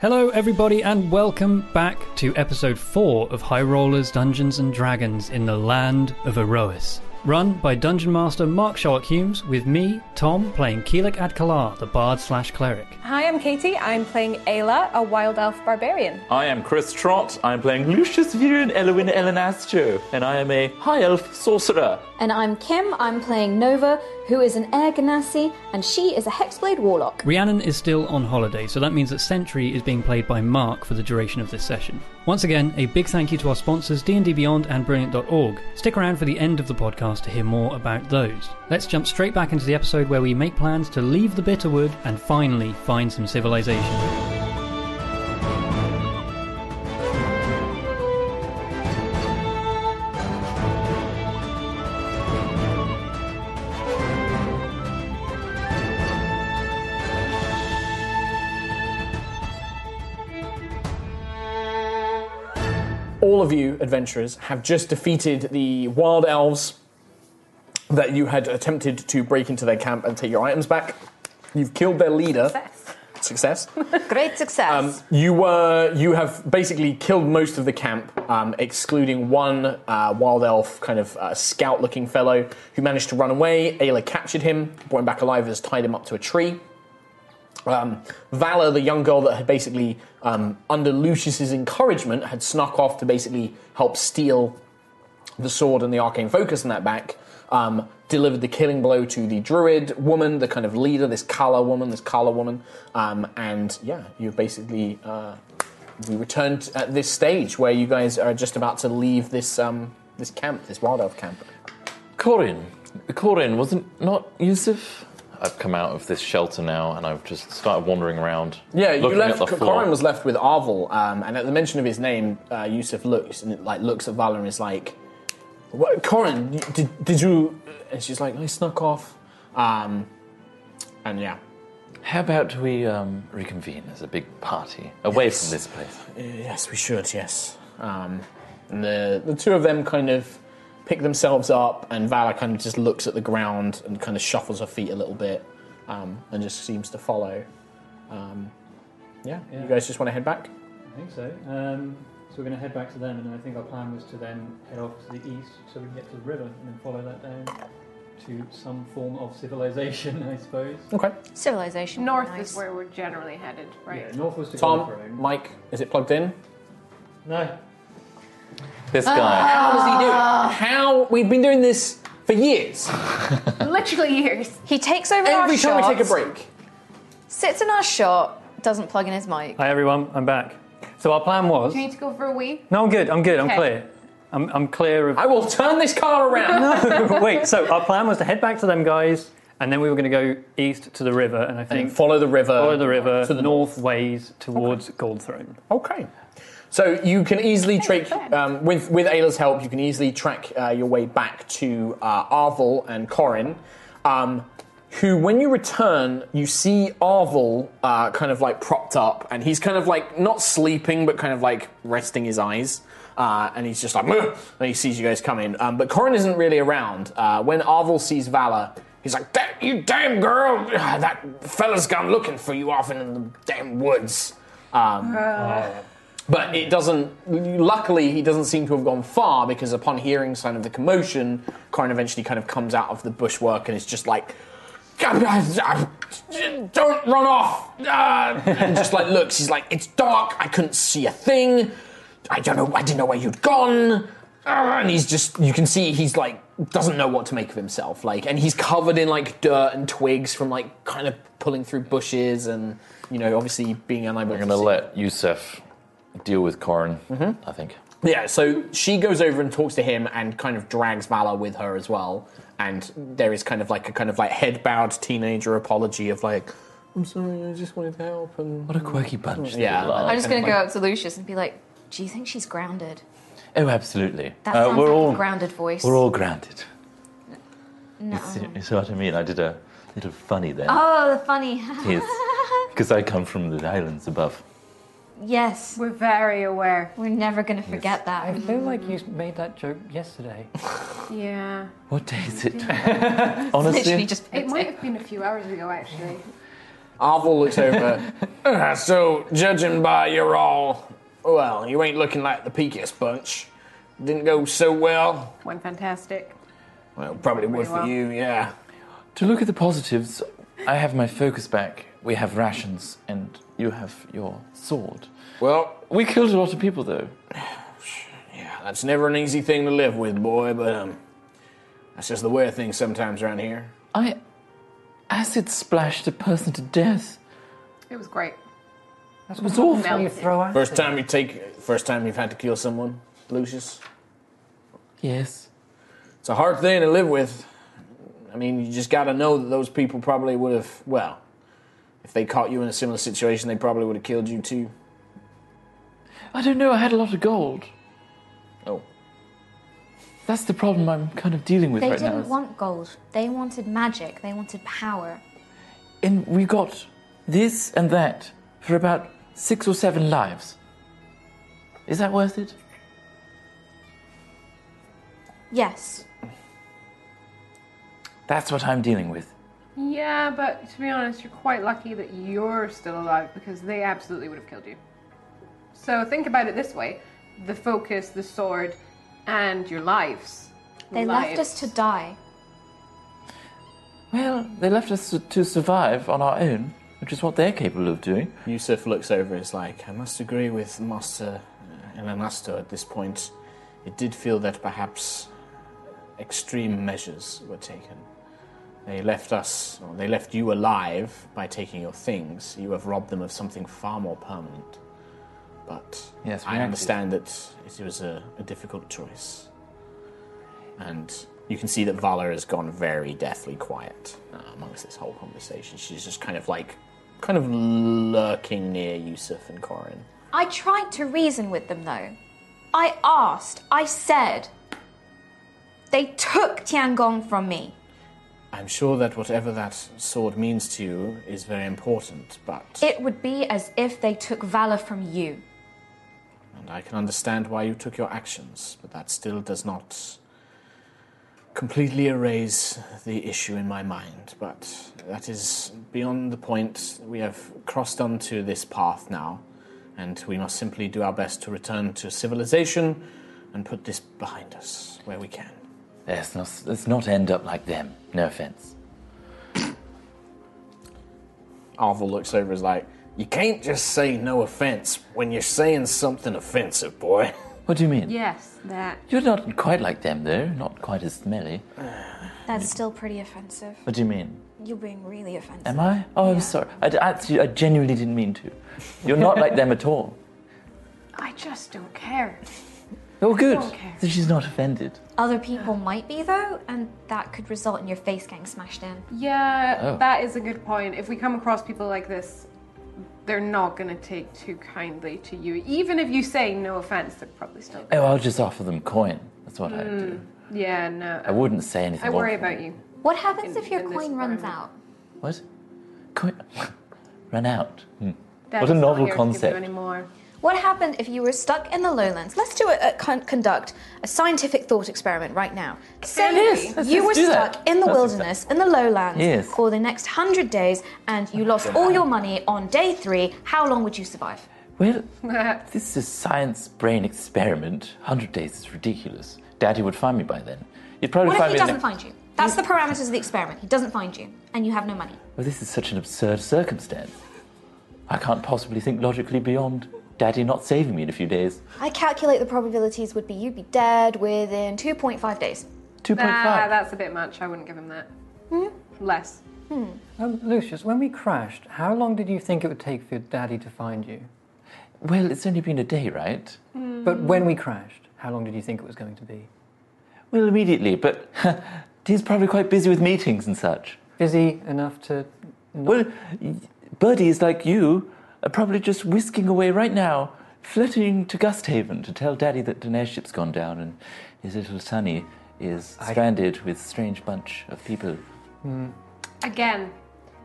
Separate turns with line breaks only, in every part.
Hello, everybody, and welcome back to episode 4 of High Rollers Dungeons and Dragons in the Land of Erois. Run by Dungeon Master Mark Sherlock Humes, with me, Tom, playing Keelik Adkalar, the bard slash cleric.
Hi, I'm Katie. I'm playing Ayla, a wild elf barbarian.
I am Chris Trott. I'm playing Lucius Viren Elwin Elenastro, and I am a high elf sorcerer.
And I'm Kim. I'm playing Nova, who is an Air Ganassi, and she is a Hexblade Warlock.
Rhiannon is still on holiday, so that means that Sentry is being played by Mark for the duration of this session. Once again, a big thank you to our sponsors D&D Beyond and Brilliant.org. Stick around for the end of the podcast to hear more about those. Let's jump straight back into the episode where we make plans to leave the Bitterwood and finally find some civilization.
all of you adventurers have just defeated the wild elves that you had attempted to break into their camp and take your items back. You've killed their leader. Success.
Great success.
Um, you were. You have basically killed most of the camp, um, excluding one uh, wild elf kind of uh, scout-looking fellow who managed to run away. Ayla captured him, brought him back alive, has tied him up to a tree. Um, Valor, the young girl that had basically, um, under Lucius's encouragement, had snuck off to basically help steal the sword and the arcane focus and that back, um, delivered the killing blow to the druid woman, the kind of leader, this Kala woman, this Kala woman, um, and yeah, you basically uh, we returned at this stage where you guys are just about to leave this um, this camp, this wild elf camp.
Corin. Corin, wasn't not Yusuf? I've come out of this shelter now and I've just started wandering around.
Yeah, you
looking
left.
At the floor.
Corin was left with Arvel, um, and at the mention of his name, uh, Yusuf looks and like looks at Valor and is like, "What, Corin? you- Did, did you?" And she's like, "I snuck off." Um, and yeah,
How about we um, reconvene as a big party away from this place?
yes, we should. Yes. Um, and the the two of them kind of pick themselves up, and Valor kind of just looks at the ground and kind of shuffles her feet a little bit, um, and just seems to follow. Um, yeah, you guys just want to head back.
I think so. Um, so we're going to head back to them, and I think our plan was to then head off to the east so we can get to the river and then follow that down to some form of civilization, I suppose.
Okay.
Civilization.
North
Nice.
is where we're generally headed, right?
Yeah, north was to
Tom,
Glenfrone.
Mike, is it plugged in?
No,
This guy.
How does he do it? How we've been doing this for years.
Literally years.
He takes over our
Every time we
shot,
take a break.
sits in our shot, doesn't plug in his mic.
Hi everyone, I'm back. So our plan was.
Do you need to go for a wee?
No, I'm good. I'm good. I'm
Okay.
clear. I'm, I'm clear of.
I will turn this car around.
Wait. So our plan was to head back to them guys, and then we were going to go east to the river, and I think
Follow the river.
follow the river
to the
north ways towards Gold Throne.
Okay. So you can easily track um, with with Ayla's help. You can easily track uh, your way back to uh, Arvel and Corin, um, who, when you return, you see Arvel uh, kind of like propped up, and he's kind of like not sleeping, but kind of like resting his eyes. Uh, and he's just like, "Meh," and he sees you guys coming. Um, but Corin isn't really around. Uh, when Arvel sees Valor, he's like, "Da- "You damn girl! Ah, That fella's gone looking for you off in the damn woods." Um, But it doesn't. Luckily, he doesn't seem to have gone far because upon hearing sign of the commotion, Corin eventually kind of comes out of the bushwork and is just like, "Don't run off!" Ah," and just like looks, he's like, "It's dark. I couldn't see a thing. I don't know. I didn't know where you'd gone." Ah, And he's just, you can see he's like, doesn't know what to make of himself. Like, and he's covered in like dirt and twigs from like kind of pulling through bushes and, you know, obviously being unable
We're
to
going to
see.
let Yusef deal with Corin,
Mm-hmm.
I think.
Yeah, so she goes over and talks to him and kind of drags Valor with her as well. And there is kind of like a kind of like head bowed teenager apology of like, I'm sorry, I just wanted to help. And
What a quirky bunch. they
Yeah.
are.
I'm just going to go up to Lucius and be like, do you think she's grounded?
Oh, absolutely.
That
Uh,
sounds
we're
like
all
a grounded voice.
We're all grounded.
No.
You- You see what I mean? I did a little funny there.
uh-huh. Oh, the funny.
Yes. Because I come from the islands above.
yes,
We're very aware.
we're never gonna forget
I
that.
feel like you made that joke yesterday.
Yeah.
What day is it? Honestly,
Literally just
It might have been a few hours ago, actually.
Arval looks over. "Uh, so, judging by your all, well, you ain't looking like the peakiest bunch. Didn't go so well.
Went fantastic.
Well, probably would
well.
for you, yeah.
to look at the positives, I have my focus back. We have rations, and you have your sword.
Well,
We killed a lot of people, though.
that's never an easy thing to live with, boy, but um, that's just the way of things sometimes around here.
I acid splashed a person to death.
It was great.
It was awful.
Mel-
You throw out.
First time you take, first time you've had to kill someone, Lucius.
Yes.
It's a hard thing to live with. I mean, you just got to know that those people probably would have. Well, if they caught you in a similar situation, they probably would have killed you too.
I don't know. I had a lot of gold.
Oh,
That's the problem I'm kind of dealing with
They
right now.
didn't want gold. They wanted magic. They wanted power.
and we got this and that for about six or seven lives. Is that worth it?
Yes.
That's what I'm dealing with.
Yeah, but to be honest, you're quite lucky that you're still alive because they absolutely would have killed you. So think about it this way the focus, the sword, and your lives.
They left us to
Lives.
die.
Well, they left us to- to survive on our own, which is what they're capable of doing.
Yusuf looks over. It's like I must agree with Master Elanasto at this point. It did feel that perhaps extreme measures were taken. They left us, or they left you alive by taking your things. You have robbed them of something far more permanent. But
Yes, we
I
acted.
understand that it was a, a difficult choice. And you can see that Valor has gone very deathly quiet uh, amongst this whole conversation. She's just kind of like, kind of lurking near Yusuf and Corin.
I tried to reason with them though. I asked. I said. They took Tiangong from me.
I'm sure that whatever that sword means to you is very important, but
It would be as if they took valor from you.
and I can understand why you took your actions, but that still does not completely erase the issue in my mind. But that is beyond the point. We have crossed onto this path now, and we must simply do our best to return to civilization and put this behind us where we can.
Let's not, let's not end up like them. No offense.
Arvel looks over is like, You can't just say no offense when you're saying something offensive, boy.
What do you mean?
Yes, that.
You're not quite like them, though. Not quite as smelly.
That's still pretty offensive.
What do you mean?
You're being really offensive.
Am I? Oh, I'm sorry. I, d- actually, I genuinely didn't mean to. You're not like them at all.
I just don't care.
Oh, good.
don't care.
So she's not offended.
Other people might be though, and that could result in your face getting smashed in.
Yeah,
Oh.
that is a good point. If we come across people like this, they're not going to take too kindly to you. Even if you say no offense, they're probably still.
Oh, I'll just offer them coin. That's what I
Mm.
do.
Yeah, no.
I wouldn't say anything.
I worry
awful.
about you.
What happens
In-
if your
in this
coin runs out?
environment.
What? Coin? Run out. Hmm.
Dad
What a
is not
novel
here to give you
concept.
Anymore.
What happened if you were stuck in the lowlands? Let's do a, a con- conduct a scientific thought experiment right now. Say
Yes,
let's-
you
let's
were
do that.
stuck in the
That's
wilderness, in the lowlands,
Yes.
for the next hundred days, and you lost all your money on day three. How long would you survive?
Well, this is a science brain experiment. 100 days is ridiculous. Daddy would find me by then. You'd probably
What if
find
he
me. in
doesn't
the-
find you? That's the parameters of the experiment. He doesn't find you, and you have no money.
Well, this is such an absurd circumstance. I can't possibly think logically beyond Daddy not saving me in a few days.
I calculate the probabilities would be you'd be dead within 2.5 days.
2.5.
Nah, that's a bit much. I wouldn't give him that.
Hmm?
Less.
Um, Lucius, when we crashed, how long did you think it would take for your daddy to find you?
Well, it's only been a day, right?
But when we crashed, how long did you think it was going to be?
Well, immediately, but he's probably quite busy with meetings and such.
Busy enough to.
Well, birdies like you are probably just whisking away right now, flitting to Gusthaven to tell Daddy that Diner's ship's gone down and his little sonny is stranded with strange bunch of people.
Again,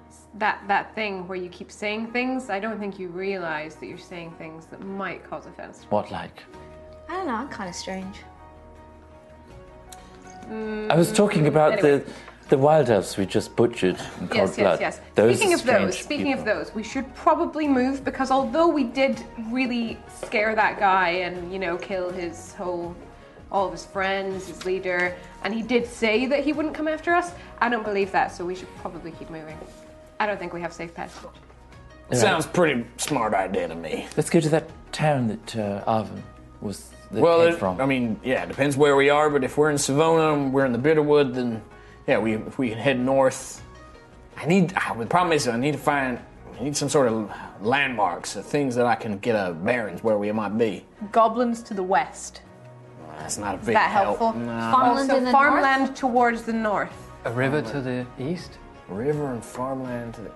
s- that that thing where you keep saying things. I don't think you realize that you're saying things that might cause offense.
What like?
I don't know, I'm kind of strange.
Uh, I was talking about
Mm. Anyway.
the the wild elves we just butchered in cold
Yes,
blood.
yes, yes.
Those
speaking
are
of those,
strange
speaking of
people.
those, we should probably move because although we did really scare that guy and you know kill his whole, all of his friends, his leader, and he did say that he wouldn't come after us. I don't believe that, so we should probably keep moving. I don't think we have safe passage.
Sounds pretty smart idea to me.
Let's go to that town that uh, Arvin was that
well,
came
it-
from.
I mean, yeah, it depends where we are, but if we're in Savona and we're in the Bitterwood, then yeah, we if we can head north. I need. ah, The problem is, I need to find. I need some sort of landmarks, or things that I can get a bearings where we might be.
Goblins to the west.
That's not a
Is
big
that
help.
helpful?
Nah.
so
in the
farmland towards the north.
A river to the east?
River and farmland. To the,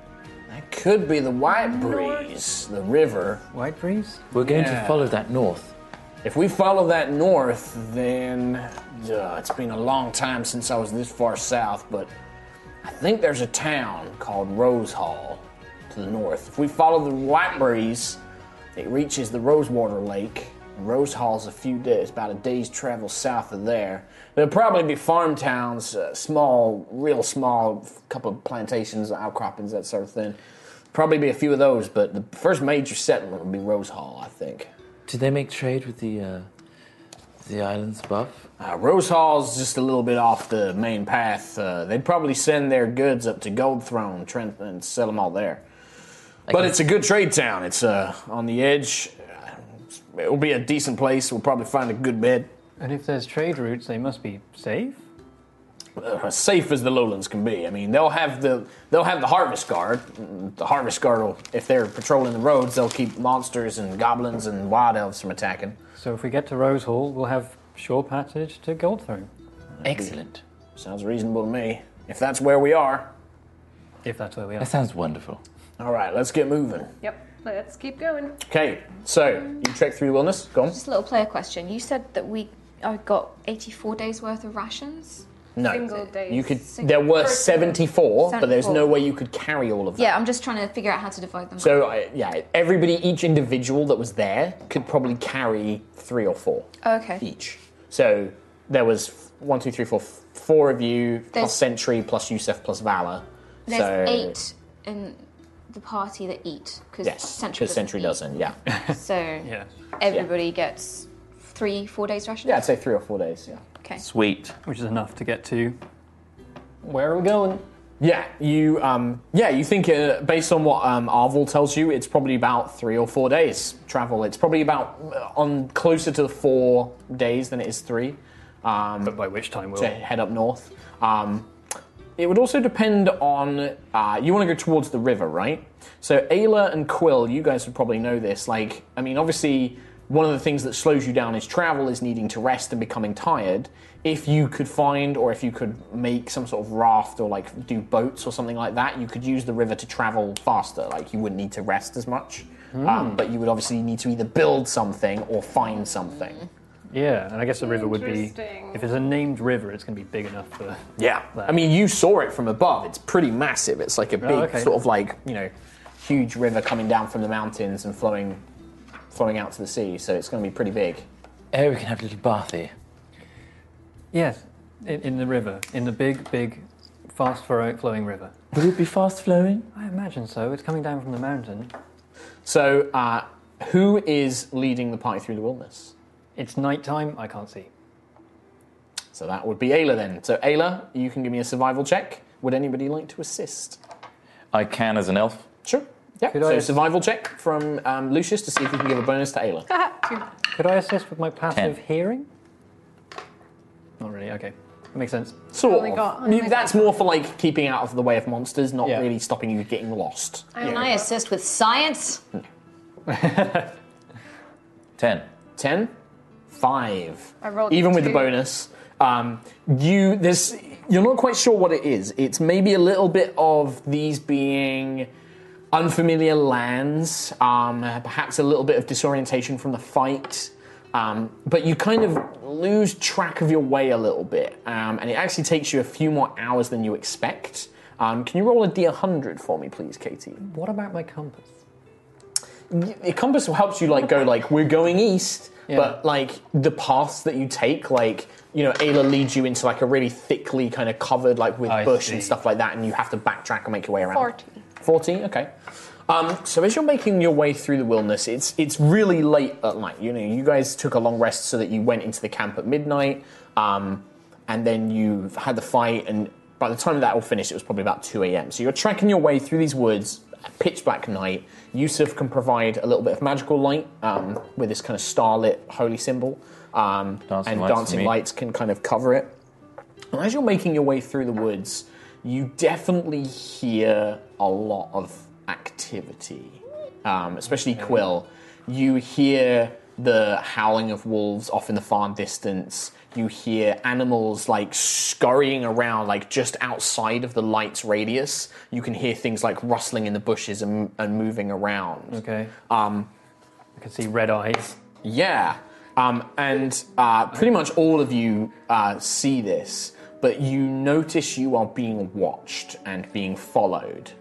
that could be the White Breeze, the river.
White breeze?
We're going
Yeah.
to follow that north.
If we follow that north, then uh, it's been a long time since I was this far south, but I think there's a town called Rose Hall to the north. If we follow the White Breeze, it reaches the Rosewater Lake. Rose Hall's a few days, about a day's travel south of there. There'll probably be farm towns, uh, small, real small, f- couple of plantations, outcroppings, that sort of thing. Probably be a few of those, but the first major settlement will be Rose Hall, I think.
Did they make trade with the uh, the islands above?
Uh, Rose Hall's just a little bit off the main path. Uh, they'd probably send their goods up to Gold Throne Trent, and sell them all there. But it's a good trade town. It's uh, on the edge. Uh, It'll be a decent place. We'll probably find a good bed.
And if there's trade routes, they must be safe?
Uh, safe as the lowlands can be. I mean, they'll have the they'll have the harvest guard. Mm, The harvest guard will, if they're patrolling the roads, they'll keep monsters and goblins and wild elves from attacking.
So if we get to Rose Hall, we'll have shore passage to Goldthrone,
Excellent.
Sounds reasonable to me. If that's where we are,
if that's where we are.
That sounds wonderful.
all right, let's get moving.
Yep. Let's keep going.
Okay, so you trek through the wilderness. Go on.
Just a little player question. You said that we I got 84 days worth of rations.
No,
Single days.
you could.
Single-
there were
Or-
seventy-four, but there's
74.
no way you could carry all of them.
Yeah, I'm just trying to figure out how to divide them.
So I yeah, everybody, each individual that was there could probably carry three or four
okay.
each. So there was f- one, two, three, four, f- four of you
There's-
plus Sentry plus Yusef plus Valor.
There's
so,
eight in the party that eat because
Yes, because Sentry doesn't. Yeah,
So
Yeah.
everybody gets three, four days rations.
yeah, I'd say three or four days. Yeah.
Okay.
Sweet.
Which is enough to get to. Where are we going?
Yeah, you. Um, yeah, you think uh, based on what um, Arvel tells you, it's probably about three or four days travel. It's probably about uh, on closer to the four days than it is three. Um,
But by which time we'll.
to head up north. Um, it would also depend on uh, you want to go towards the river, right? So Ayla and Quill, you guys would probably know this. Like, I mean, obviously, one of the things that slows you down is travel is needing to rest and becoming tired. If you could find, or if you could make some sort of raft, or like do boats or something like that, you could use the river to travel faster. Like, you wouldn't need to rest as much. Um, but you would obviously need to either build something or find something.
Yeah, and I guess the river would be.
Interesting.
If it's a named river, it's going to be big enough for.
Yeah.
That.
I mean, you saw it from above. It's pretty massive. It's like a big,
Oh, okay.
sort of like, you know, huge river coming down from the mountains and flowing flowing out to the sea. So it's going to be pretty big.
Oh, we can have a little bath here.
Yes, in, in the river. In the big, big, fast flow- flowing river.
Will it be fast flowing?
I imagine so. It's coming down from the mountain.
So uh, Who is leading the party through the wilderness?
It's nighttime. I can't see.
So that would be Ayla then. So Ayla, you can give me a survival check. Would anybody like to assist?
I can as an elf.
Sure. Yeah.
Could
so
I-
survival check from um, Lucius to see if you can give a bonus to Ayla.
Could I assist with my passive
Ten.
hearing? Not really. Okay, that makes sense.
Sort
Only
of.
got-
I mean, that's more for like keeping out of the way of monsters, not
Yeah.
really stopping you getting lost.
Can I assist with science?
Ten.
10 5
I rolled
even
a
with the
two.
bonus um, you this you're not quite sure what it is it's maybe a little bit of these being unfamiliar lands um, perhaps a little bit of disorientation from the fight um, but you kind of lose track of your way a little bit um, and it actually takes you a few more hours than you expect um, can you roll a d100 for me please katie
What about my compass?
the compass helps you like go like we're going east
Yeah.
but like the paths that you take like you know ayla leads you into like a really thickly kind of covered like with
I
bush and
see.
stuff like that and you have to backtrack and make your way around
40.
40 okay um, so as you're making your way through the wilderness it's it's really late at night you know you guys took a long rest so that you went into the camp at midnight um, and then you've had the fight and by the time that all finished it was probably about 2 a.m so you're trekking your way through these woods at pitch black night yusuf can provide a little bit of magical light um, with this kind of starlit holy symbol um,
Dancing
and
lights for
dancing
me.
lights can kind of cover it and as you're making your way through the woods you definitely hear a lot of activity um, especially Quill, you hear the howling of wolves off in the far distance. You hear animals like scurrying around, like just outside of the light's radius. You can hear things like rustling in the bushes and, and moving around.
Okay,
Um,
I can see red eyes.
yeah. Um, and uh, pretty much all of you uh, see this, but you notice you are being watched and being followed.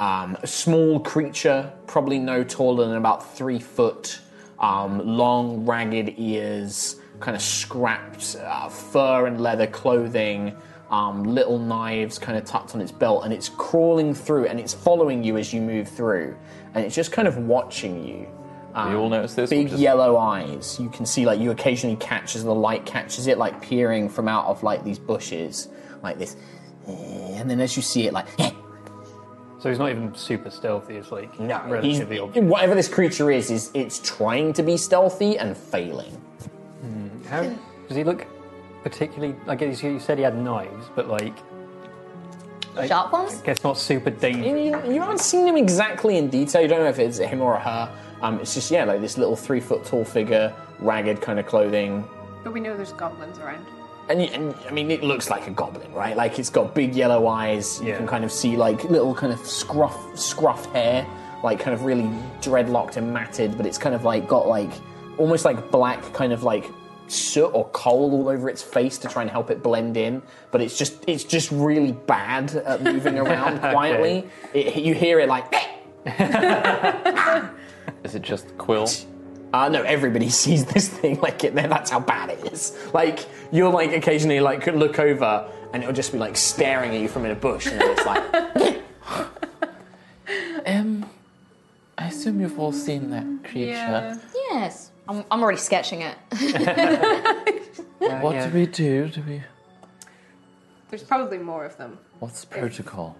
Um, a small creature, probably no taller than about three foot, um, long, ragged ears, kind of scrapped uh, fur and leather clothing, um, little knives kind of tucked on its belt, and it's crawling through and it's following you as you move through, and it's just kind of watching you. Um,
We all notice this.
Big
We'll just-
yellow eyes. You can see like you occasionally catch as the light catches it, like peering from out of like these bushes, like this. Eh, And then as you see it, like eh,
So he's not even super stealthy. It's like
no, he's-
relatively obvious.
whatever this creature is, is it's trying to be stealthy and failing.
How does he look? Particularly, I guess you said he had knives, but like,
Sharp ones?
I guess not super dangerous.
You, you haven't seen him exactly in detail. You don't know if it's him or her. Um, it's just yeah, like this little three foot tall figure, ragged kind of clothing,
But we know there's goblins around.
And, y- and I mean, it looks like a goblin, right? Like it's got big yellow eyes. You
Yeah.
can kind of see like little kind of scruff, scruff hair, like kind of really dreadlocked and matted. But it's kind of like got like almost like black kind of like soot or coal all over its face to try and help it blend in. But it's just it's just really bad at moving around quietly. It, you hear it like.
Is it just Quill?
Uh, no, everybody sees this thing like it there. That's how bad it is. Like you'll like occasionally like could look over and it'll just be like staring at you from in a bush, and then it's like
Um, I assume you've all seen that creature.
Yes. I'm, I'm already sketching it.
What do we do? Do we?
There's probably more of them.
What's protocol?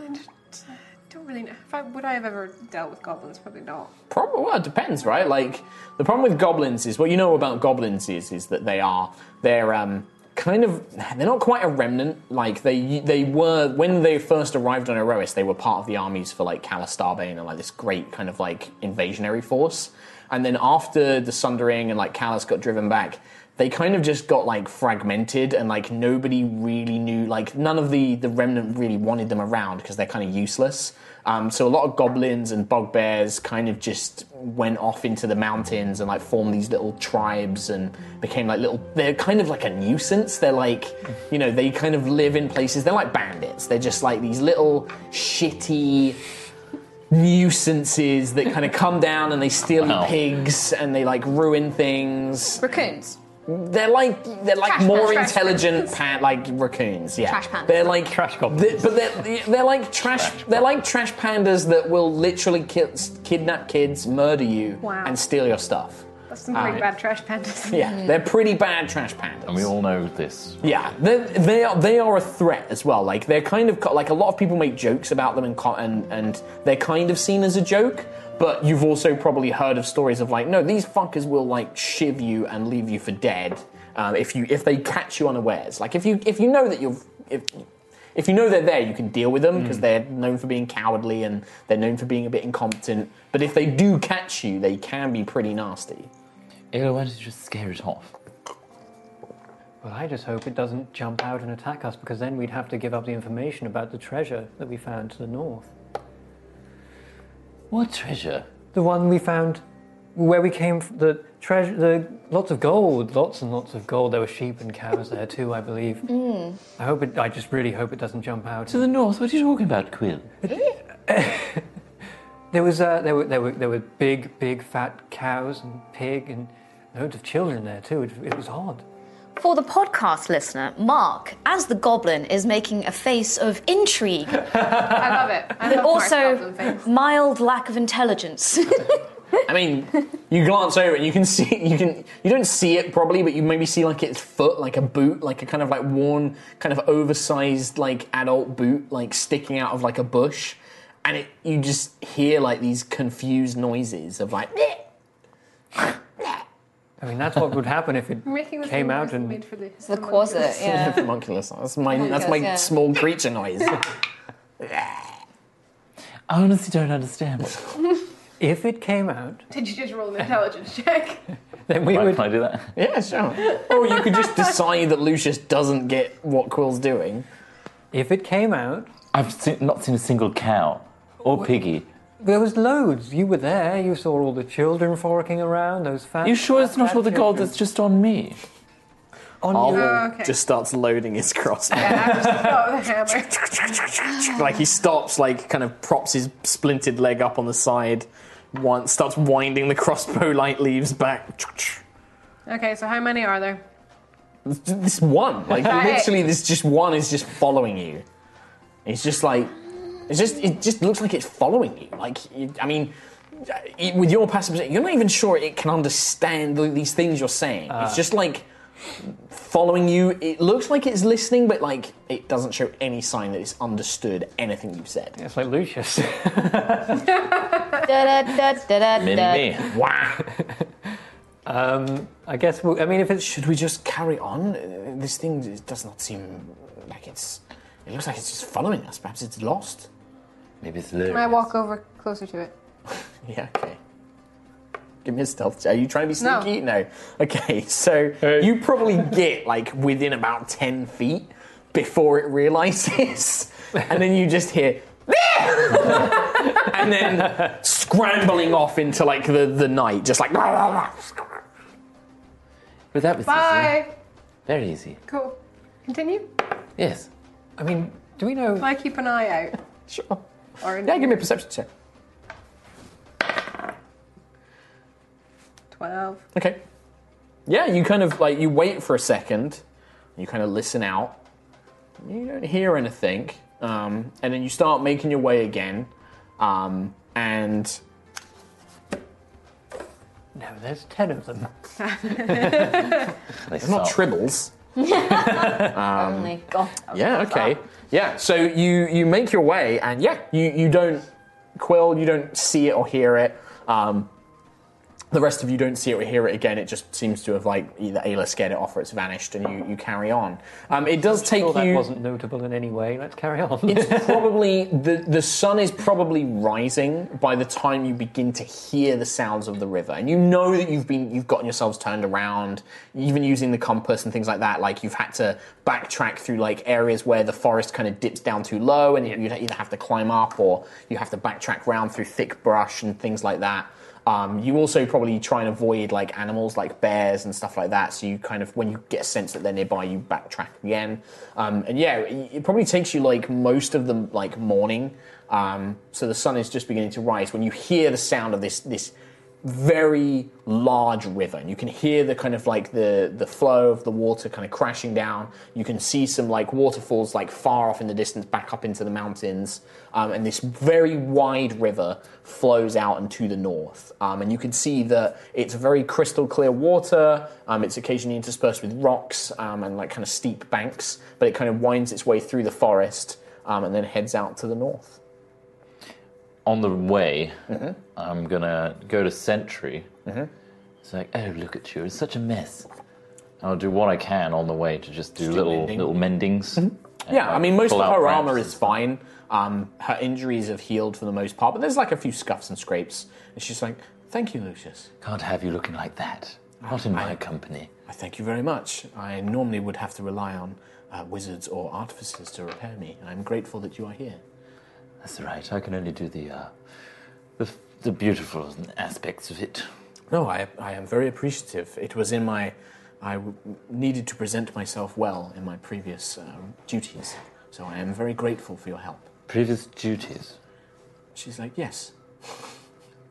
I just- I don't really know. If I, would I have ever dealt with goblins? Probably not.
probably well, it depends, right? Like the problem with goblins is what you know about goblins is is that they are they're um kind of they're not quite a remnant. Like they they were when they first arrived on Erois, they were part of the armies for like Calistarbane and like this great kind of like invasionary force. And then after the Sundering and like Callus got driven back, they kind of just got like fragmented and like nobody really knew like none of the the remnant really wanted them around because they're kind of useless um, so a lot of goblins and bugbears kind of just went off into the mountains and like formed these little tribes and became like little they're kind of like a nuisance they're like you know they kind of live in places they're like bandits they're just like these little shitty nuisances that kind of come down and they steal your
Wow.
pigs and they like ruin things
Raccoons.
They're like they're like
Trash
more
pans.
intelligent, pa- like raccoons. Yeah,
Trash pandas.
They're like
Trash goblins.
they- but they're they're like trash. they're like trash pandas that will literally ki- kidnap kids, murder you,
Wow.
and steal your stuff.
That's some pretty
Uh,
bad trash pandas.
Yeah,
Mm.
they're pretty bad trash pandas.
And we all know this.
Yeah, they they are they are a threat as well. Like they're kind of co- like a lot of people make jokes about them and co- and and they're kind of seen as a joke. But you've also probably heard of stories of like, no, these fuckers will like shiv you and leave you for dead um, if you if they catch you unawares. Like if you if you know that you've if if you know they're there, you can deal with them because they're known for being cowardly and they're known for being a bit incompetent. But if they do catch you, they can be pretty nasty.
Ayla, why don't you just scare it off?
Well, I just hope it doesn't jump out and attack us because then we'd have to give up the information about the treasure that we found to the north.
What treasure?
The one we found where we came from, the treasure, the lots of gold, lots and lots of gold. There were sheep and cows there too, I believe. I hope it, I just really hope it doesn't jump out.
To the north, what are you talking about, Quill?
There was, uh, there were, there were, there were big, big fat cows and pig and loads of children there too. It, it was odd.
For the podcast listener, Mark, as the goblin, is making a face of intrigue,
I love it. I
but
love
also
Mark's goblin face.
mild lack of intelligence.
I mean, you glance over and you can see you can you don't see it probably, but you maybe see like its foot, like a boot, like a kind of like worn, kind of oversized like adult boot, like sticking out of like a bush, and it you just hear like these confused noises of like.
I mean, that's what would happen if it
Making this
came
thing
out
was
and
made for this.
the quasit, yeah.
Homunculus. That's my that's my
yeah.
small creature noise.
I honestly don't understand.
if it came out,
Did you just roll an intelligence check?
then we
Right,
would.
can I do that?
yeah, sure. Or you could just decide that Lucius doesn't get what Quill's doing.
If it came out,
I've se- not seen a single cow or piggy.
there was loads. You were there. You saw all the children forking around. Those fat.
Are you sure it's not
fat
all the gold
children
that's just on me?
on
Arwol
you?
Oh, okay.
just starts loading his crossbow.
oh, the hammer.
like he stops, like kind of props his splintered leg up on the side, one, starts winding the crossbow light leaves back.
Okay, so how many are there?
This one, like
Right.
literally, this just one is just following you. It's just like it's just it just looks like it's following you. Like you, I mean. it- With your passive, perception, you're not even sure it can understand th- these things you're saying. it's just like following you. It looks like it's listening, but like it doesn't show any sign that it's understood anything you've said.
It's like Lucius.
Da, da, da, da, da, da.
Mini me.
Wow.
um, I guess. we I mean, if it's
Should we just carry on? Uh, This thing is- does not seem like it's. It looks like it's just following us. Perhaps it's lost.
Maybe it's
Can I
Lily.
walk over closer to it?
Yeah, okay. Give me a stealth. check. Are you trying to be
No.
sneaky? No. Okay, so you probably get like within about 10 feet before it realizes. And then you just hear, "There!" and then scrambling off into like the, the night, just like. "Rah, rah, rah."
But that was easy.
Bye.
Very easy.
Cool. Continue.
Yes.
I mean, do we know?
Can I keep an eye out?
Sure.
Or
Yeah, give me a perception check.
12.
Okay. Yeah, you kind of like you wait for a second, you kind of listen out. You don't hear anything, um, and then you start making your way again, um, and
No, there's ten of them.
They
it's not
suck.
tribbles.
Oh my god.
Yeah. Okay. Yeah. So you you make your way, and yeah, you you don't quill, you don't see it or hear it. Um, the rest of you don't see it or hear it again. It just seems to have like either Ayla scared it off or it's vanished, and you, you carry on. Um, it does take
Sure, that
you.
wasn't notable in any way. Let's carry on.
it's probably the the sun is probably rising by the time you begin to hear the sounds of the river, and you know that you've been you've gotten yourselves turned around, even using the compass and things like that. Like you've had to backtrack through like areas where the forest kind of dips down too low, and you either have to climb up or you have to backtrack round through thick brush and things like that. Um, you also probably try and avoid like animals like bears and stuff like that. So you kind of, when you get a sense that they're nearby, you backtrack again. Um, and yeah, it it probably takes you like most of the like morning. Um, so the sun is just beginning to rise when you hear the sound of this this very large river and you can hear the kind of like the the flow of the water kind of crashing down you can see some like waterfalls like far off in the distance back up into the mountains um, and this very wide river flows out and to the north um, and you can see that it's very crystal clear water um, it's occasionally interspersed with rocks um, and like kind of steep banks but it kind of winds its way through the forest um, and then heads out to the north
On the way, I'm gonna go to Sentry. It's like, oh, look at you, it's such a mess. I'll do what I can on the way to just do little
mending.
little mendings. and,
Yeah, I
like,
mean, most
pull
of
out
her
wraps.
armor is fine. Um, her injuries have healed for the most part, but there's like a few scuffs and scrapes. And she's like, "Thank you, Lucius.
Can't have you looking like that. Not in my company."
I thank you very much. I normally would have to rely on uh, wizards or artificers to repair me. I'm grateful that you are here."
That's right. I can only do the uh, the, the beautiful aspects of it.
No, I, I am very appreciative. It was in my. I w- needed to present myself well in my previous uh, duties, so I am very grateful for your help.
Previous duties.
She's like, yes.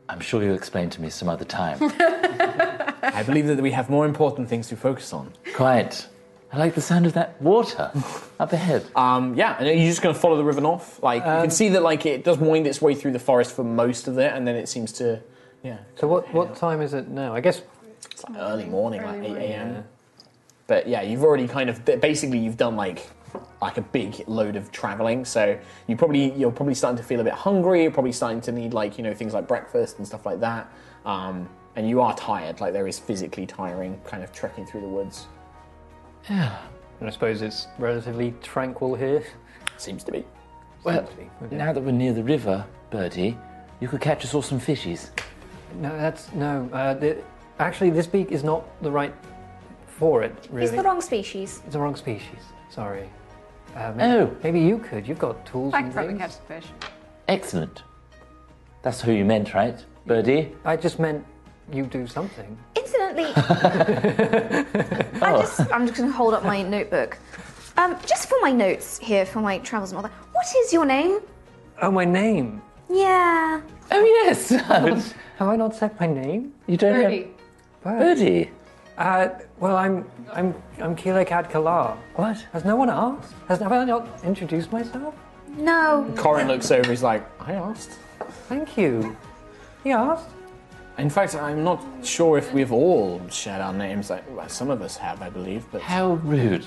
I'm sure you'll explain to me some other time.
I believe that we have more important things to focus on.
Quiet. I like the sound of that water up ahead.
Um, yeah, and are you just going to follow the river north? Like you
Um,
can see that like it does wind its way through the forest for most of it, and then it seems to yeah.
So what what time is it now? I guess
It's like early morning,
Early
like eight
morning.
a.m. But yeah, you've already kind of basically you've done like like a big load of traveling, so you probably you're probably starting to feel a bit hungry. You're probably starting to need like you know things like breakfast and stuff like that. Um, and you are tired. Like there is physically tiring kind of trekking through the woods.
and I suppose it's relatively tranquil here.
Seems to be.
Well, now that we're near the river, Birdie, you could catch us all some fishies.
No, that's no. Uh, the, actually, this beak is not the right for it. Really,
He's the wrong species.
It's the wrong species. Sorry. Uh, maybe,
Oh.
maybe you could. You've got tools.
I
and
could probably
things.
catch the fish.
Excellent. That's who you meant, right, Birdie?
I just meant you do something.
Incidentally, I just, I'm just going to hold up my notebook. Um, just for my notes here for my travels and all that. What is your name?
Oh, my name.
Yeah.
Oh yes. you
Have I not said my name?
don't
Birdie.
have Birdie.
Uh, well, I'm I'm I'm Kilakad Kalar.
What?
Has no one asked? Has have I not introduced myself?
No.
Corin looks over. He's like, I asked.
Thank you. He asked.
In fact, I'm not sure if we've all shared our names. Like, well, some of us have, I believe, but
How rude.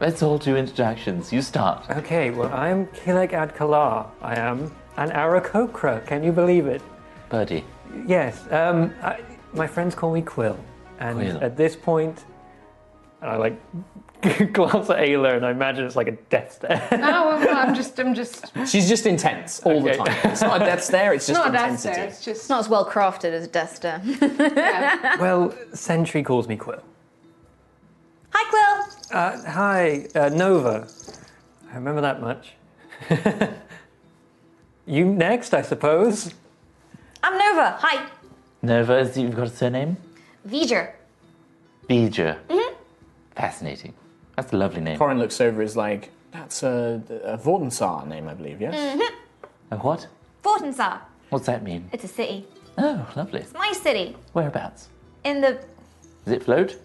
Let's all do introductions. You start.
Okay, well, I'm Kilakad Kalar. I am an Arakokra. Can you believe it?
Birdie.
Yes. Um, I, my friends call me Quill, and
Quill.
at this point, and I like glance at Ayla, and I imagine it's like a death stare.
Oh, well, I'm just, I'm just
she's just intense all
Okay.
the time. It's not a death stare. It's just
not that
intensity.
there. It's just
Not as well crafted as Dester.
well, Sentry calls me Quill.
Hi, Quill.
Uh, hi, uh, Nova. I remember that much. you next, I suppose.
I'm Nova. Hi,
Nova, is you've got a surname?
V'ger.
Beeger. Fascinating. That's a lovely name.
Corin looks over. Is like, that's a, a Vordensar name, I believe. Yes.
A what?
Fortensar.
What's that mean?
It's a city.
Oh, lovely.
My city.
Whereabouts?
In the
Does it float?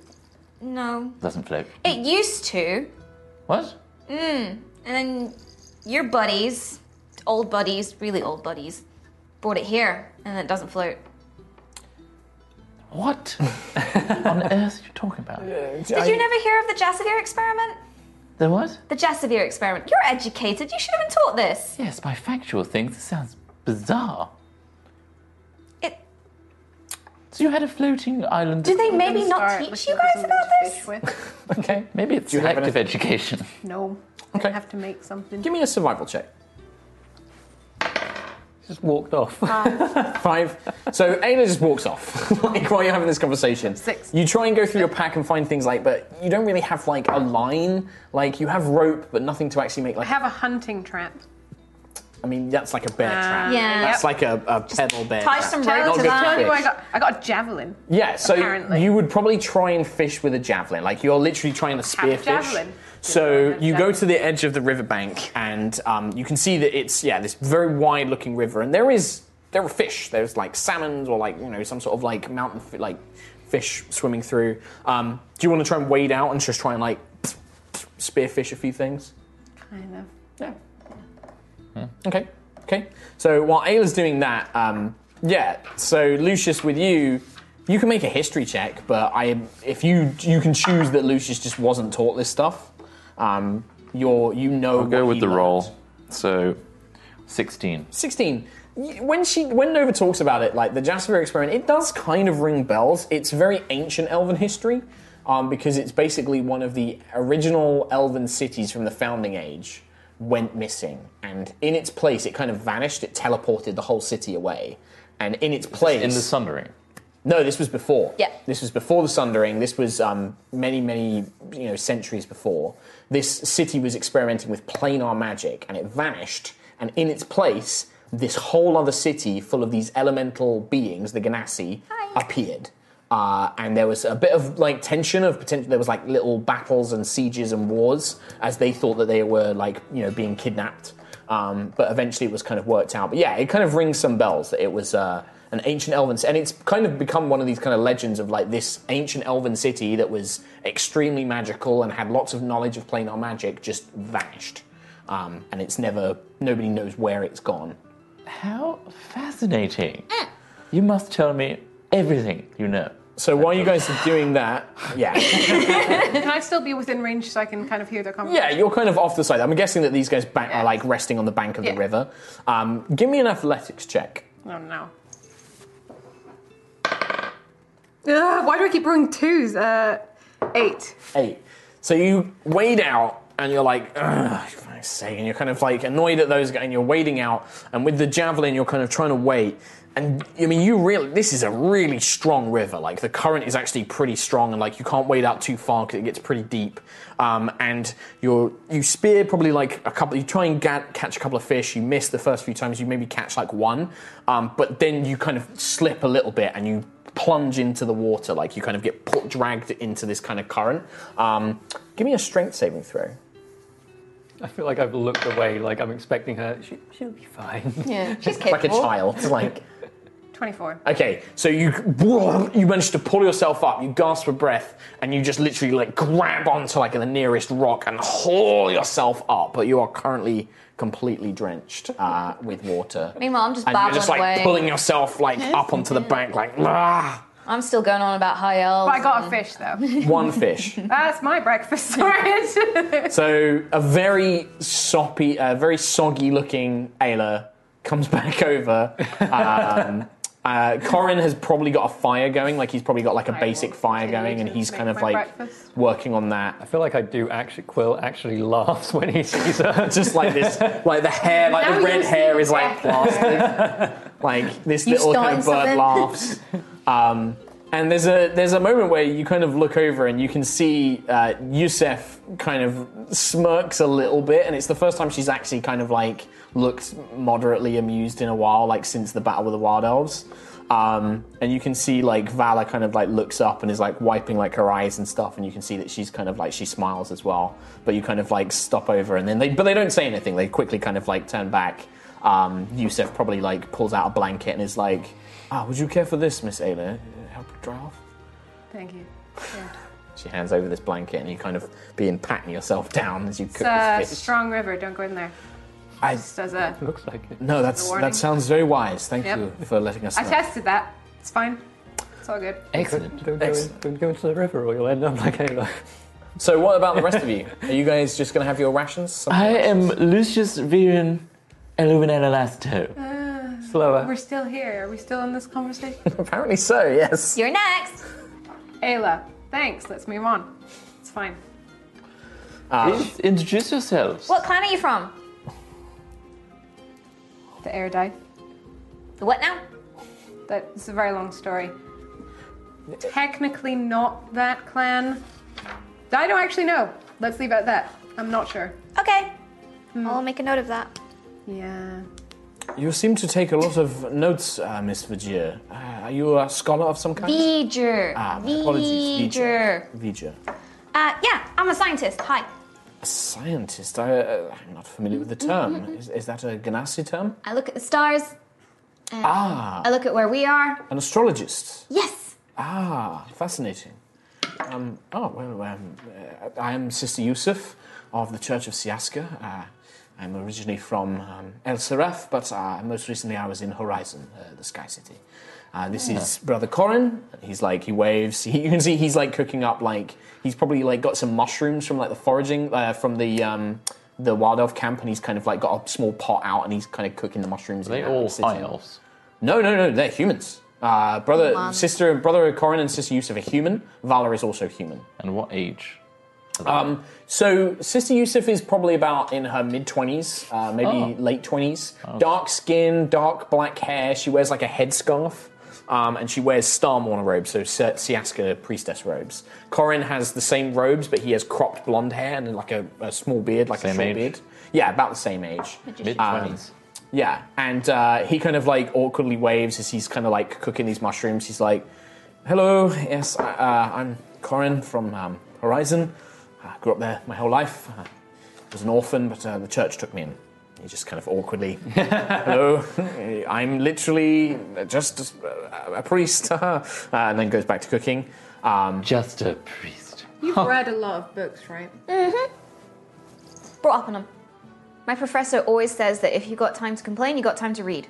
no.
Doesn't float.
It used to,
What?
and then your buddies, old buddies, really old buddies, brought it here, and it doesn't float.
What on earth are you talking about?
Did you never hear of the Jasavir experiment?
The what?
The Jasavir experiment. You're educated. You should have been taught this.
Yes, by factual things, this sounds bizarre.
It,
So you had a floating island.
do they maybe
Didn't
not
start
teach
with
you
the
guys
fizzle
about
to
this?
fish with.
Okay.
Maybe it's
Do you have
selective education.
No,
Okay.
I have to make something.
Give me a survival check.
Just walked off.
Five. So Ayla just walks off like, while you're having this conversation.
Six.
You try and go through your pack and find things like, but you don't really have like a line. Like you have rope, but nothing to actually make
I
like.
have a hunting trap.
I mean, that's like a bear trap.
Yeah.
That's like a, a pedal bear.
tie
trap.
some
Not
rope to
good
that.
for
Tell you,
fish.
I got, I got a javelin.
Yeah, so
Apparently.
you would probably try and fish with a javelin. Like you're literally trying to spear
a javelin.
fish.
Didn't know I
So
had a
you go
javelin.
to the edge of the riverbank, and um, you can see that it's yeah this very wide looking river, and there is there were fish. There's like salmons or like you know some sort of like mountain fi- like fish swimming through. Um, do you want to try and wade out and just try and like spearfish a few things?
Kind of.
Yeah. Okay. Okay. So while Ayla's doing that, um, yeah. So Lucius, with you, you can make a history check, but I, if you, you can choose that Lucius just wasn't taught this stuff. Um, you're, you know.
I'll go
what
with
he
the
learned.
roll. So, 16.
16 Y- when she when nova talks about it like the jasper experiment it does kind of ring bells it's very ancient elven history um, because it's basically one of the original elven cities from the founding age went missing and in its place it kind of vanished it teleported the whole city away and in its place
In the sundering.
no, this was before.
Yeah.
This was before the Sundering. This was um, many, many, you know, centuries before. This city was experimenting with planar magic, and it vanished. And in its place, this whole other city, full of these elemental beings, the Ganassi, appeared. Uh, and there was a bit of like tension of potential. There was like little battles and sieges and wars as they thought that they were like you know being kidnapped. Um, but eventually, it was kind of worked out. But yeah, it kind of rings some bells that it was uh, an ancient elven, and it's kind of become one of these kind of legends of like this ancient elven city that was extremely magical and had lots of knowledge of planar magic just vanished, um, and it's never nobody knows where it's gone.
How fascinating.
Hmm.
You must tell me everything you know.
So while you guys are doing that, yeah,
can I still be within range so I can kind of hear their
yeah,
conversation?
you're kind of off the side. I'm guessing that these guys back are like resting on the bank of the
Yeah.
river. Um, give me an athletics check.
Oh no. Ugh, why do I keep rolling twos? Uh, eight.
eight. So you wade out and you're like, "Ugh, for fuck's sake," and you're kind of like annoyed at those guys and you're wading out and with the javelin you're kind of trying to wait. And I mean you really this is a really strong river. Like the current is actually pretty strong and like you can't wade out too far because it gets pretty deep. Um, and you're you spear probably like a couple you try and ga- catch a couple of fish, you miss the first few times, you maybe catch like one. Um, but then you kind of slip a little bit and you plunge into the water, like you kind of get pu- dragged into this kind of current. Um, give me a strength saving throw.
I feel like I've looked away, like I'm expecting her. Uh, She, she'll be fine.
Yeah, she's capable.
Like a child, like
Twenty-four.
Okay, so you you manage to pull yourself up, you gasp for breath, and you just literally like grab onto like the nearest rock and haul yourself up. But you are currently completely drenched uh, with water.
Meanwhile, I'm just
and you're just
babbling
like
away.
pulling yourself like up onto the bank, like "Ah."
I'm still going on about high elves.
But I got a fish though.
one fish.
That's my breakfast storage.
So a very soppy, uh, very soggy-looking Ayla comes back over. Um, uh, Corin has probably got a fire going, like he's probably got like a
I
basic
will
fire
continue
going, and
to
he's kind
make
of
my
like
breakfast.
working on that.
I feel like I do actually. Quill actually laughs when he sees her.
Just like this, like the hair, like
Now
the
you
red
see
hair is like
death.
plastered. like this little kind
starting
of bird
something?
laughs. Um, and there's a there's a moment where you kind of look over and you can see uh, Yusef kind of smirks a little bit, and it's the first time she's actually kind of like looked moderately amused in a while, like since the battle with the wild elves. Um, and you can see like Vala kind of like looks up and is like wiping like her eyes and stuff, and you can see that she's kind of like she smiles as well. But you kind of like stop over, and then they but they don't say anything. They quickly kind of like turn back. Um, Yusef probably like pulls out a blanket and is like, "Ah, would you care for this, Miss Ayla? Help you dry off."
Thank you.
She hands over this blanket, and you kind of begin patting yourself down as you cook
It's a
this fish.
strong river. Don't go in there.
I,
Just as a,
Looks like it.
no, that's
warning.
that sounds very wise. Thank
Yep.
you for letting us.
I
know.
tested that. It's fine. It's all good.
Excellent.
Don't go, in,
Excellent.
don't go into the river or you'll end up like Ayla.
So, what about the rest of you? Are you guys just going to have your rations? Some-
I am Lucius Viren Eluminella Lasto.
Slower.
We're still here. Are we still in this conversation?
Apparently so. Yes.
You're next.
Ayla, thanks. Let's move on. It's fine.
Ah,
Please introduce yourselves.
What clan are you from?
The air died.
The what now?
That's a very long story. Technically not that clan. I don't actually know. Let's leave it at that. I'm not sure.
Okay.
Hmm.
I'll make a note of that.
Yeah.
You seem to take a lot of notes, uh, Miss Vigier. Uh, are you a scholar of some kind?
V'ger.
Ah, my apologies, V'ger. V'ger.
Uh, yeah, I'm a scientist. Hi.
A scientist. I, uh, I'm not familiar with the term. Is, is that a Ganassi term?
I look at the stars. Um,
Ah.
I look at where we are.
An astrologist.
Yes.
Ah, fascinating. Um, oh, well, um, uh, I am Sister Yusuf of the Church of Siaska. Uh, I'm originally from um, El Seraf, but uh, most recently I was in Horizon, uh, the Sky City. Uh, this is
Ah.
Brother Corin. He's like, he waves. He, you can see he's like cooking up, like, he's probably like got some mushrooms from like the foraging, uh, from the. Um, the wild elf camp, and he's kind of like got a small pot out, and he's kind of cooking the mushrooms.
Are they
in that
all
sitting.
high elves?
No, no, no. They're humans. Uh, brother,
Human.
sister, brother Corin and sister Yusuf are human. Valar is also human.
And what age?
Um, so sister Yusuf is probably about in her mid twenties, uh, maybe
Oh.
late twenties. Dark skin, dark black hair. She wears like a headscarf. Um, and she wears Star Mourner robes, so Si- Siaska priestess robes. Corin has the same robes, but he has cropped blonde hair and like a, a small beard, like a
Same
short
age?
beard. Yeah, about the same age.
Mid twenties.
Yeah, and uh, he kind of like awkwardly waves as he's kind of like cooking these mushrooms. He's like, "Hello, yes, I, uh, I'm Corin from um, Horizon. I grew up there my whole life. I was an orphan, but uh, the church took me in." He just kind of awkwardly, "Hello, I'm literally just a, a priest," uh, and then goes back to cooking. Um,
Just a priest.
You've read a lot of books, right?
Mm-hmm. Brought up on him. My professor always says that if you got time to complain, you got time to read.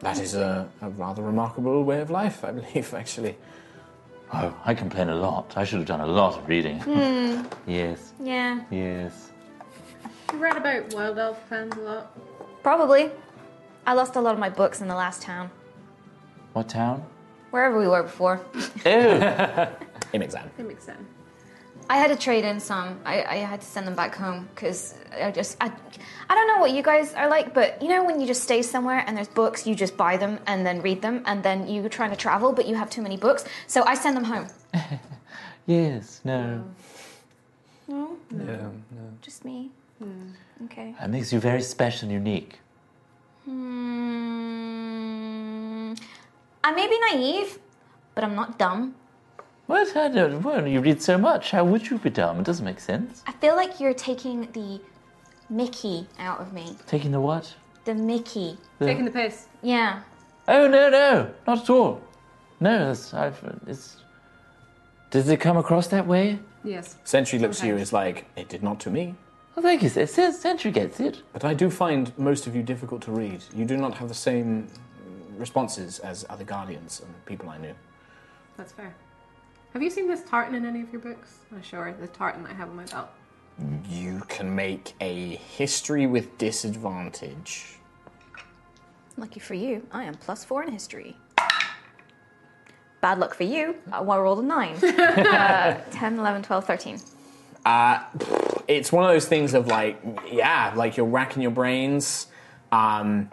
that is a, a rather remarkable way of life, I believe, actually.
Oh, I complain a lot. I should have done a lot of reading. yes,
Yeah.
yes.
You read about wild elf fans a lot.
Probably. I lost a lot of my books in the last town.
What town?
Wherever we were before.
Oh,
In exam.
That makes sense.
I had to trade in some. I, I had to send them back home because I just I, I don't know what you guys are like, but you know when you just stay somewhere and there's books, you just buy them and then read them, and then you're trying to travel but you have too many books, so I send them home.
yes, no.
No,
Yeah.
just me. Hmm, Okay.
That makes you very special and unique.
Hmm. I may be naive, but I'm not dumb.
What? I don't. Well, you read so much. How would you be dumb? It doesn't make sense.
I feel like you're taking the Mickey out of me.
Taking the what?
The Mickey.
Taking the piss.
Yeah.
Oh no, no, not at all. No, that's. I've, it's. Does it come across that way?
Yes.
Sentry looks at you is like, "It did not to me."
Well, thank you. It says Sentry gets it.
But I do find most of you difficult to read. You do not have the same responses as other guardians and people I knew.
That's fair. Have you seen this tartan in any of your books? Oh, sure, the tartan I have on my belt.
You can make a history with disadvantage.
Lucky for you, I am plus four in history. Bad luck for you, I rolled a nine. uh, 10, 11, 12, 13.
Uh, it's one of those things of like, yeah, like you're racking your brains. Um,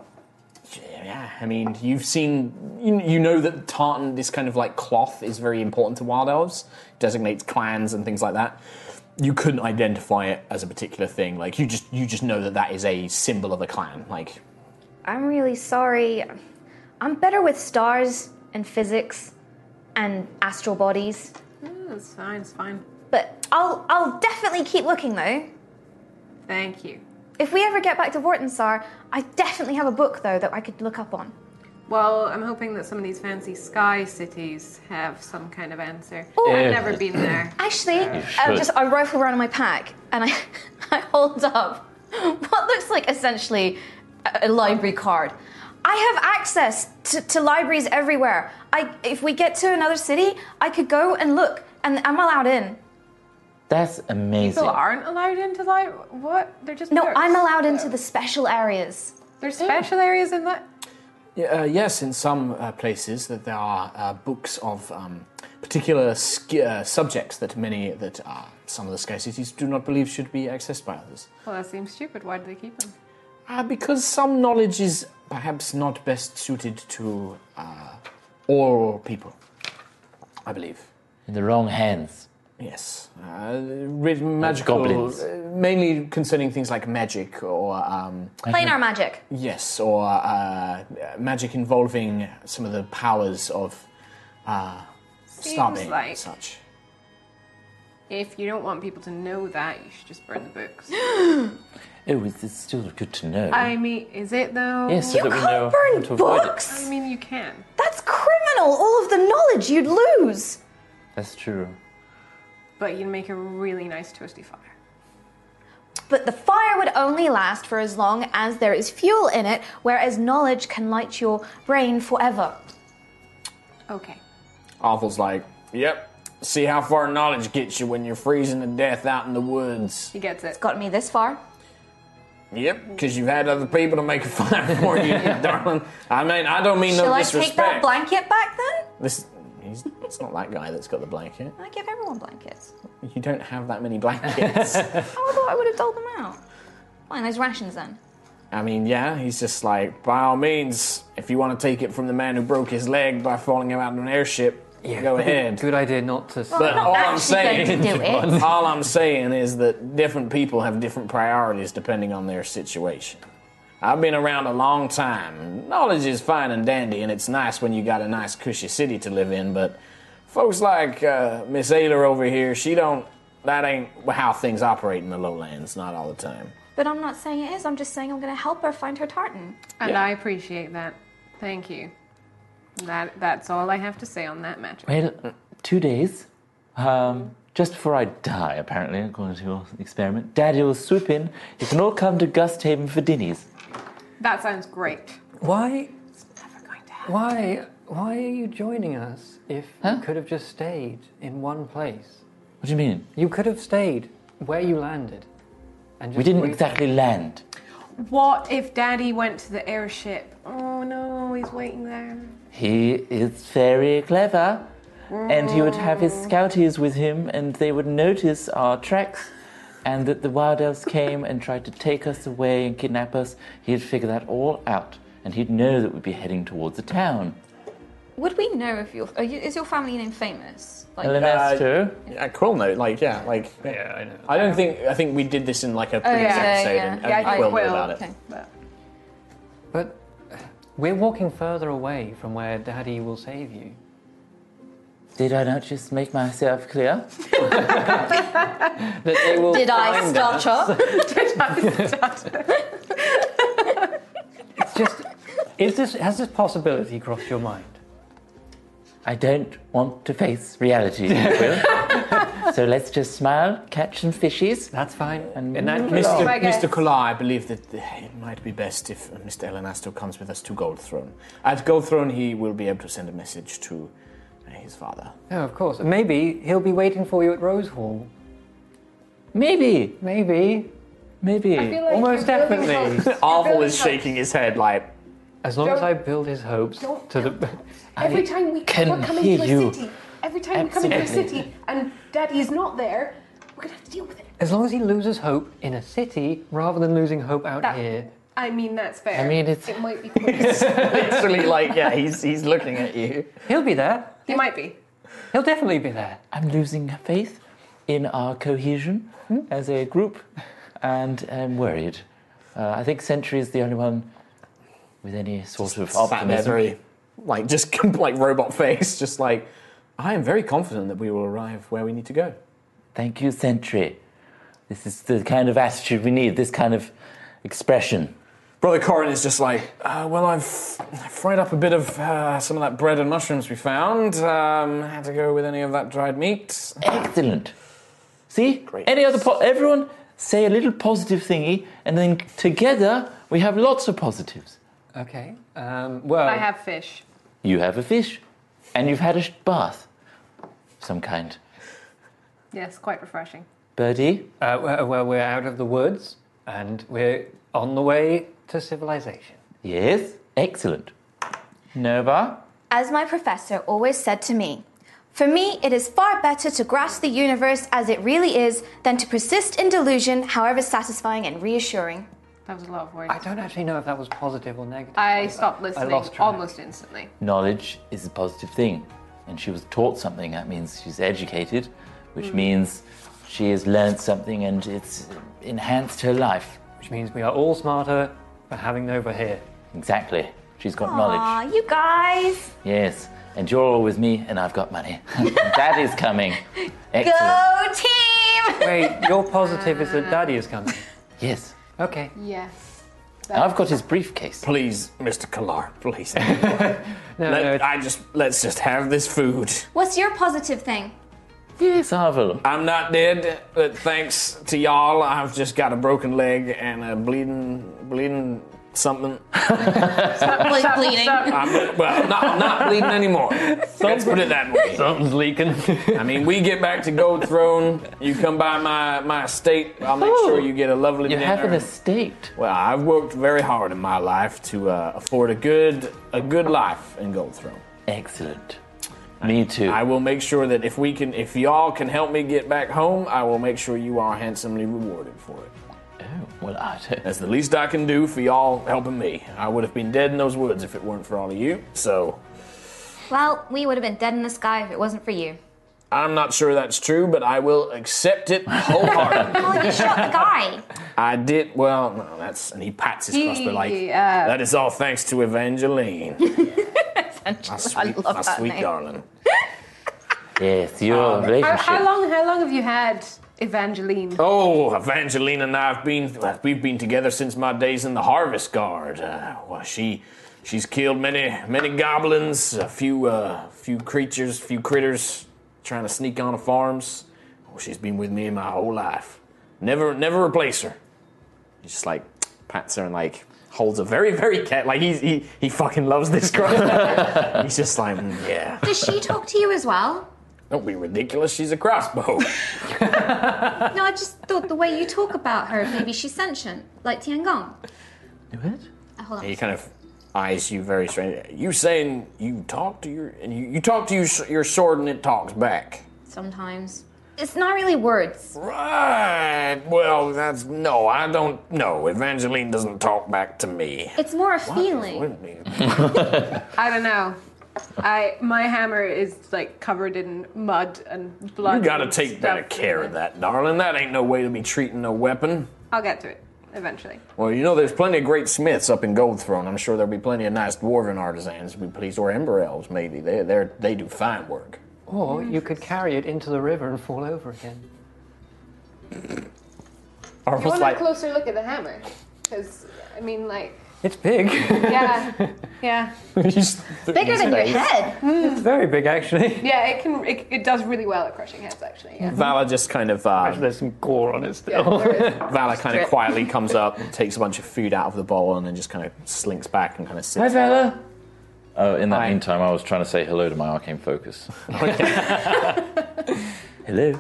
yeah, I mean, you've seen, you, you know that tartan, this kind of like cloth, is very important to wild elves, designates clans and things like that. You couldn't identify it as a particular thing. Like you just, you just know that that is a symbol of a clan. Like
I'm really sorry. I'm better with stars and physics and astral bodies,
Oh, it's fine, it's fine.
but I'll, I'll definitely keep looking though.
Thank you.
If we ever get back to Vortensar, I definitely have a book though that I could look up on.
Well, I'm hoping that some of these fancy sky cities have some kind of answer.
Oh.
I've
Eh.
never been there.
Actually, I
should.
just I rifle around in my pack and I, I hold up what looks like essentially a, a library card. I have access to, to libraries everywhere. I if we get to another city, I could go and look, and I'm allowed in.
That's amazing.
People aren't allowed into like what? They're just
No,
perks.
I'm allowed into the special areas.
There's special areas in that.
Yeah, uh, yes, in some uh, places that there are uh, books of um, particular sk- uh, subjects that many that uh, some of the sky cities do not believe should be accessed by others,
Well, that seems stupid. Why do they keep them?
uh, because some knowledge is perhaps not best suited to uh, oral people. I believe.
In the wrong hands.
Yes, uh, rid- magical,
goblins.
uh, mainly concerning things like magic or um,
Planar magic.
Yes, or uh, magic involving some of the powers of uh,
Seems
Starbane and
like-
such.
If you don't want people to know that, you should just burn the books.
Oh, it's it's still good to know.
I mean, is it though?
Yes, so You that we can't know burn how to avoid it. books!
I mean, you can.
That's criminal, all of the knowledge you'd lose.
That's true.
But you'd make a really nice toasty fire.
But the fire would only last for as long as there is fuel in it, whereas knowledge can light your brain forever.
Okay.
Arthur's like, yep. See how far knowledge gets you when you're freezing to death out in the woods.
He gets it.
Got me this far.
Yep, because you've had other people to make a fire for you, darling. I mean, I don't mean
Shall
no
I
disrespect.
take that blanket back then?
This, he's, it's not that guy that's got the blanket.
I give everyone blankets.
You don't have that many blankets.
Oh, I thought I would have doled them out. Fine, there's rations then.
I mean, yeah, he's just like, by all means, if you want to take it from the man who broke his leg by falling out of an airship, go ahead.
Good idea not to.
But
sound-
all I'm
actually
saying,
going to do it.
all I'm saying is that different people have different priorities depending on their situation. I've been around a long time. Knowledge is fine and dandy, and it's nice when you got a nice, cushy city to live in. But folks like uh, Miss Ayler over here, she don't. That ain't how things operate in the lowlands. Not all the time.
But I'm not saying it is, I'm just saying I'm gonna help her find her tartan.
And
Yeah.
I appreciate that. Thank you. That that's all I have to say on that matter.
Well, two days, um, just before I die, apparently, according to your experiment, Daddy will swoop in. You can all come to Gust Haven for dinnies.
That sounds great.
Why? Why? Why are you joining us if you could have just stayed in one place?
What do you mean?
You could have stayed where you landed. And just
We didn't
wait-
exactly land.
What if Daddy went to the airship? Oh no, he's waiting there.
He is very clever. And he would have his scouties with him, and they would notice our tracks, and that the wild elves came and tried to take us away and kidnap us. He'd figure that all out, and he'd know that we'd be heading towards the town.
Would we know if your are you, is your family name famous? Like,
Elenaster,
A quill note, like yeah, like
Yeah, I know.
I don't think I think we did this in like a
yeah,
previous episode,
oh, yeah.
and,
Yeah,
and
I think
Quill knew
Quill,
about it.
Okay.
But
But we're walking further away from where Daddy will save you.
did I not just make myself clear?
That they will
Did I
find
start
us.
up?
It's just. Is this has this possibility crossed your mind?
I don't want to face reality, Will. so let's just smile, catch some fishies.
That's fine.
And
in that
move
case,
along.
Mr.
my guess.
Mr. Collar, I believe that uh, it might be best if uh, Mr. Elenasto comes with us to Gold Throne. At Gold Throne, he will be able to send a message to uh, his father.
no, of course. Maybe he'll be waiting for you at Rose Hall.
Maybe,
Maybe.
maybe.
I feel like
Almost
you're building
definitely.
hopes. You're
Arvel
building
is
hopes.
shaking his head like,
As long as
Don't-
I build his hopes
don't
to the.
Every time we
can
we're coming
hear
to a
you.
city, every time we come into a
Absolutely.
city, and Daddy's not there, we're gonna have to deal with it.
As long as he loses hope in a city rather than losing hope out
That-
here.
I mean, that's fair.
I mean, it's-
it might be. close.
literally, like, yeah, he's, he's looking at you.
He'll be there.
it might be.
He'll definitely be there.
I'm losing faith in our cohesion
Hmm?
as a group, and I'm worried. Uh, I think Sentry is the only one with any sort of
Sat there
optimism.
very, like, just com- like robot face, just like, I am very confident that we will arrive where we need to go.
Thank you, Sentry. This is the kind of attitude we need. This kind of expression.
Brother Corin is just like, uh, well, I've fried up a bit of uh, some of that bread and mushrooms we found. Um, had to go with any of that dried meat.
Excellent. See? Any other po- everyone say a little positive thingy and then together we have lots of positives.
Okay. Um,
Oh.
well,
I have fish.
You have a fish and you've had a sh- bath of some kind.
Yes, quite refreshing.
Birdie,
uh, well, well, we're out of the woods and we're on the way to civilization.
yes, excellent. Nova,
As my professor always said to me, for me, it is far better to grasp the universe as it really is than to persist in delusion, however satisfying and reassuring.
That was a lot of words.
I don't actually know if that was positive or negative.
I stopped listening
lost track.
almost instantly.
knowledge is a positive thing and she was taught something. That means she's educated, which means she has learned something and it's enhanced her life.
Which means we are all smarter for having Nova here.
Exactly. She's got knowledge.
Aw, you guys!
Yes. and you're all with me, and I've got money. Daddy's coming. Excellent.
Go team!
Wait, your positive is that Daddy is coming.
Yes.
Okay.
Yes.
And I've got his briefcase.
Please, Mr. Kalar, please.
No,
Let-
no, it's-
I just let's just have this food.
What's your positive thing?
Yes, Arvel.
I'm not dead, but thanks to y'all, I've just got a broken leg and a bleeding, bleeding something.
Ble- bleeding.
I'm, well, not, not bleeding anymore. Let's put it that way.
something's leaking.
I mean, we get back to Gold Throne. You come by my, my estate. I'll make sure you get a lovely
You
dinner.
have an estate.
well, I've worked very hard in my life to uh, afford a good a good life in Gold Throne.
Excellent. Me too.
I will make sure that if we can, if y'all can help me get back home, I will make sure you are handsomely rewarded for it.
Oh, well, I don't.
That's the least I can do for y'all helping me. I would have been dead in those woods if it weren't for all of you. So
Well, we would have been dead in the sky if it wasn't for you.
I'm not sure that's true, but I will accept it wholeheartedly.
Well, you shot the guy.
I did well. No, that's and he pats his crossbow like
He, uh,
that is all thanks to Evangeline, my sweet,
I love
my
that
sweet
name.
darling.
Yes, your
How,
relationship.
how long? How long have you had Evangeline?
Oh, Evangeline and I've been we've been together since my days in the Harvest Guard. Uh, well, she she's killed many many goblins, a few uh, few creatures, few critters trying to sneak onto farms. Oh, she's been with me my whole life. Never never replace her. He just like pats her and like holds her very very cat like he's, he he fucking loves this girl. he's just like "Mm, yeah.
Does she talk to you as well?
Don't be ridiculous. She's a crossbow.
No, I just thought the way you talk about her, maybe she's sentient, like Tiangong.
What?
Uh, Hold on.
He kind of eyes you very strange. You saying you talk to your and you, you talk to your, s- your sword and it talks back.
Sometimes. It's not really words.
Right. Well, that's no. I don't. No, Evangeline doesn't talk back to me.
It's more a feeling.
I don't know. I my hammer is like covered in mud and blood.
You gotta
and
take better
stuff.
care of that, darling. That ain't no way to be treating a weapon.
I'll get to it eventually.
Well, you know, there's plenty of great smiths up in Gold Throne. I'm sure there'll be plenty of nice dwarven artisans, be pleased, or ember elves, maybe. They they they do fine work.
Or you could carry it into the river and fall over again.
You want
Almost
a closer look at the hammer? Because I mean, like,
It's big.
yeah, yeah,
Bigger than your head.
it's very big, actually.
yeah. It can. It, it does really well at crushing heads, actually. Yeah.
Vala just kind of uh,
There's some gore on it
Yeah,
still.
there is.
Vala kind of quietly comes up, takes a bunch of food out of the bowl, and then just kind of slinks back and kind of sits.
Vala. Oh, in that
Hi.
meantime, I was trying to say hello to my arcane focus. hello.
It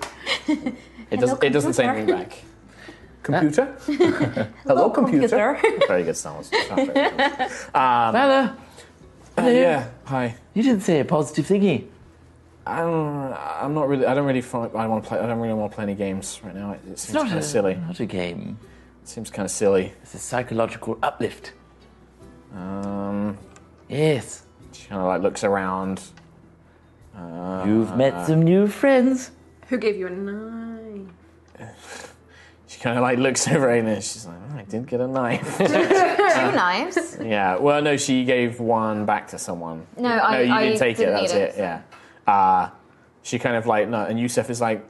doesn't, it doesn't say anything back. Computer? Hello, computer. very good sounds. Sounds very good.
Vala,
Uh, yeah, hi.
you didn't say a positive thingy.
I don't, I'm not really. I don't really. fi- I want to play. I don't really want to play any games right now. It, it seems kind
a,
of silly.
not a game.
It seems kind of silly.
It's a psychological uplift.
Um,
Yes.
she kind of like looks around. Uh,
You've met some new friends.
Who gave you a nine?
She kind of like looks over and then she's like, "Oh, "I did get a knife."
Two knives.
Yeah. Well, no, she gave one back to someone.
No, I-
you
I
didn't take
didn't
it. That's
need
it.
it.
Yeah. Uh, she kind of like no, and Yusef is like,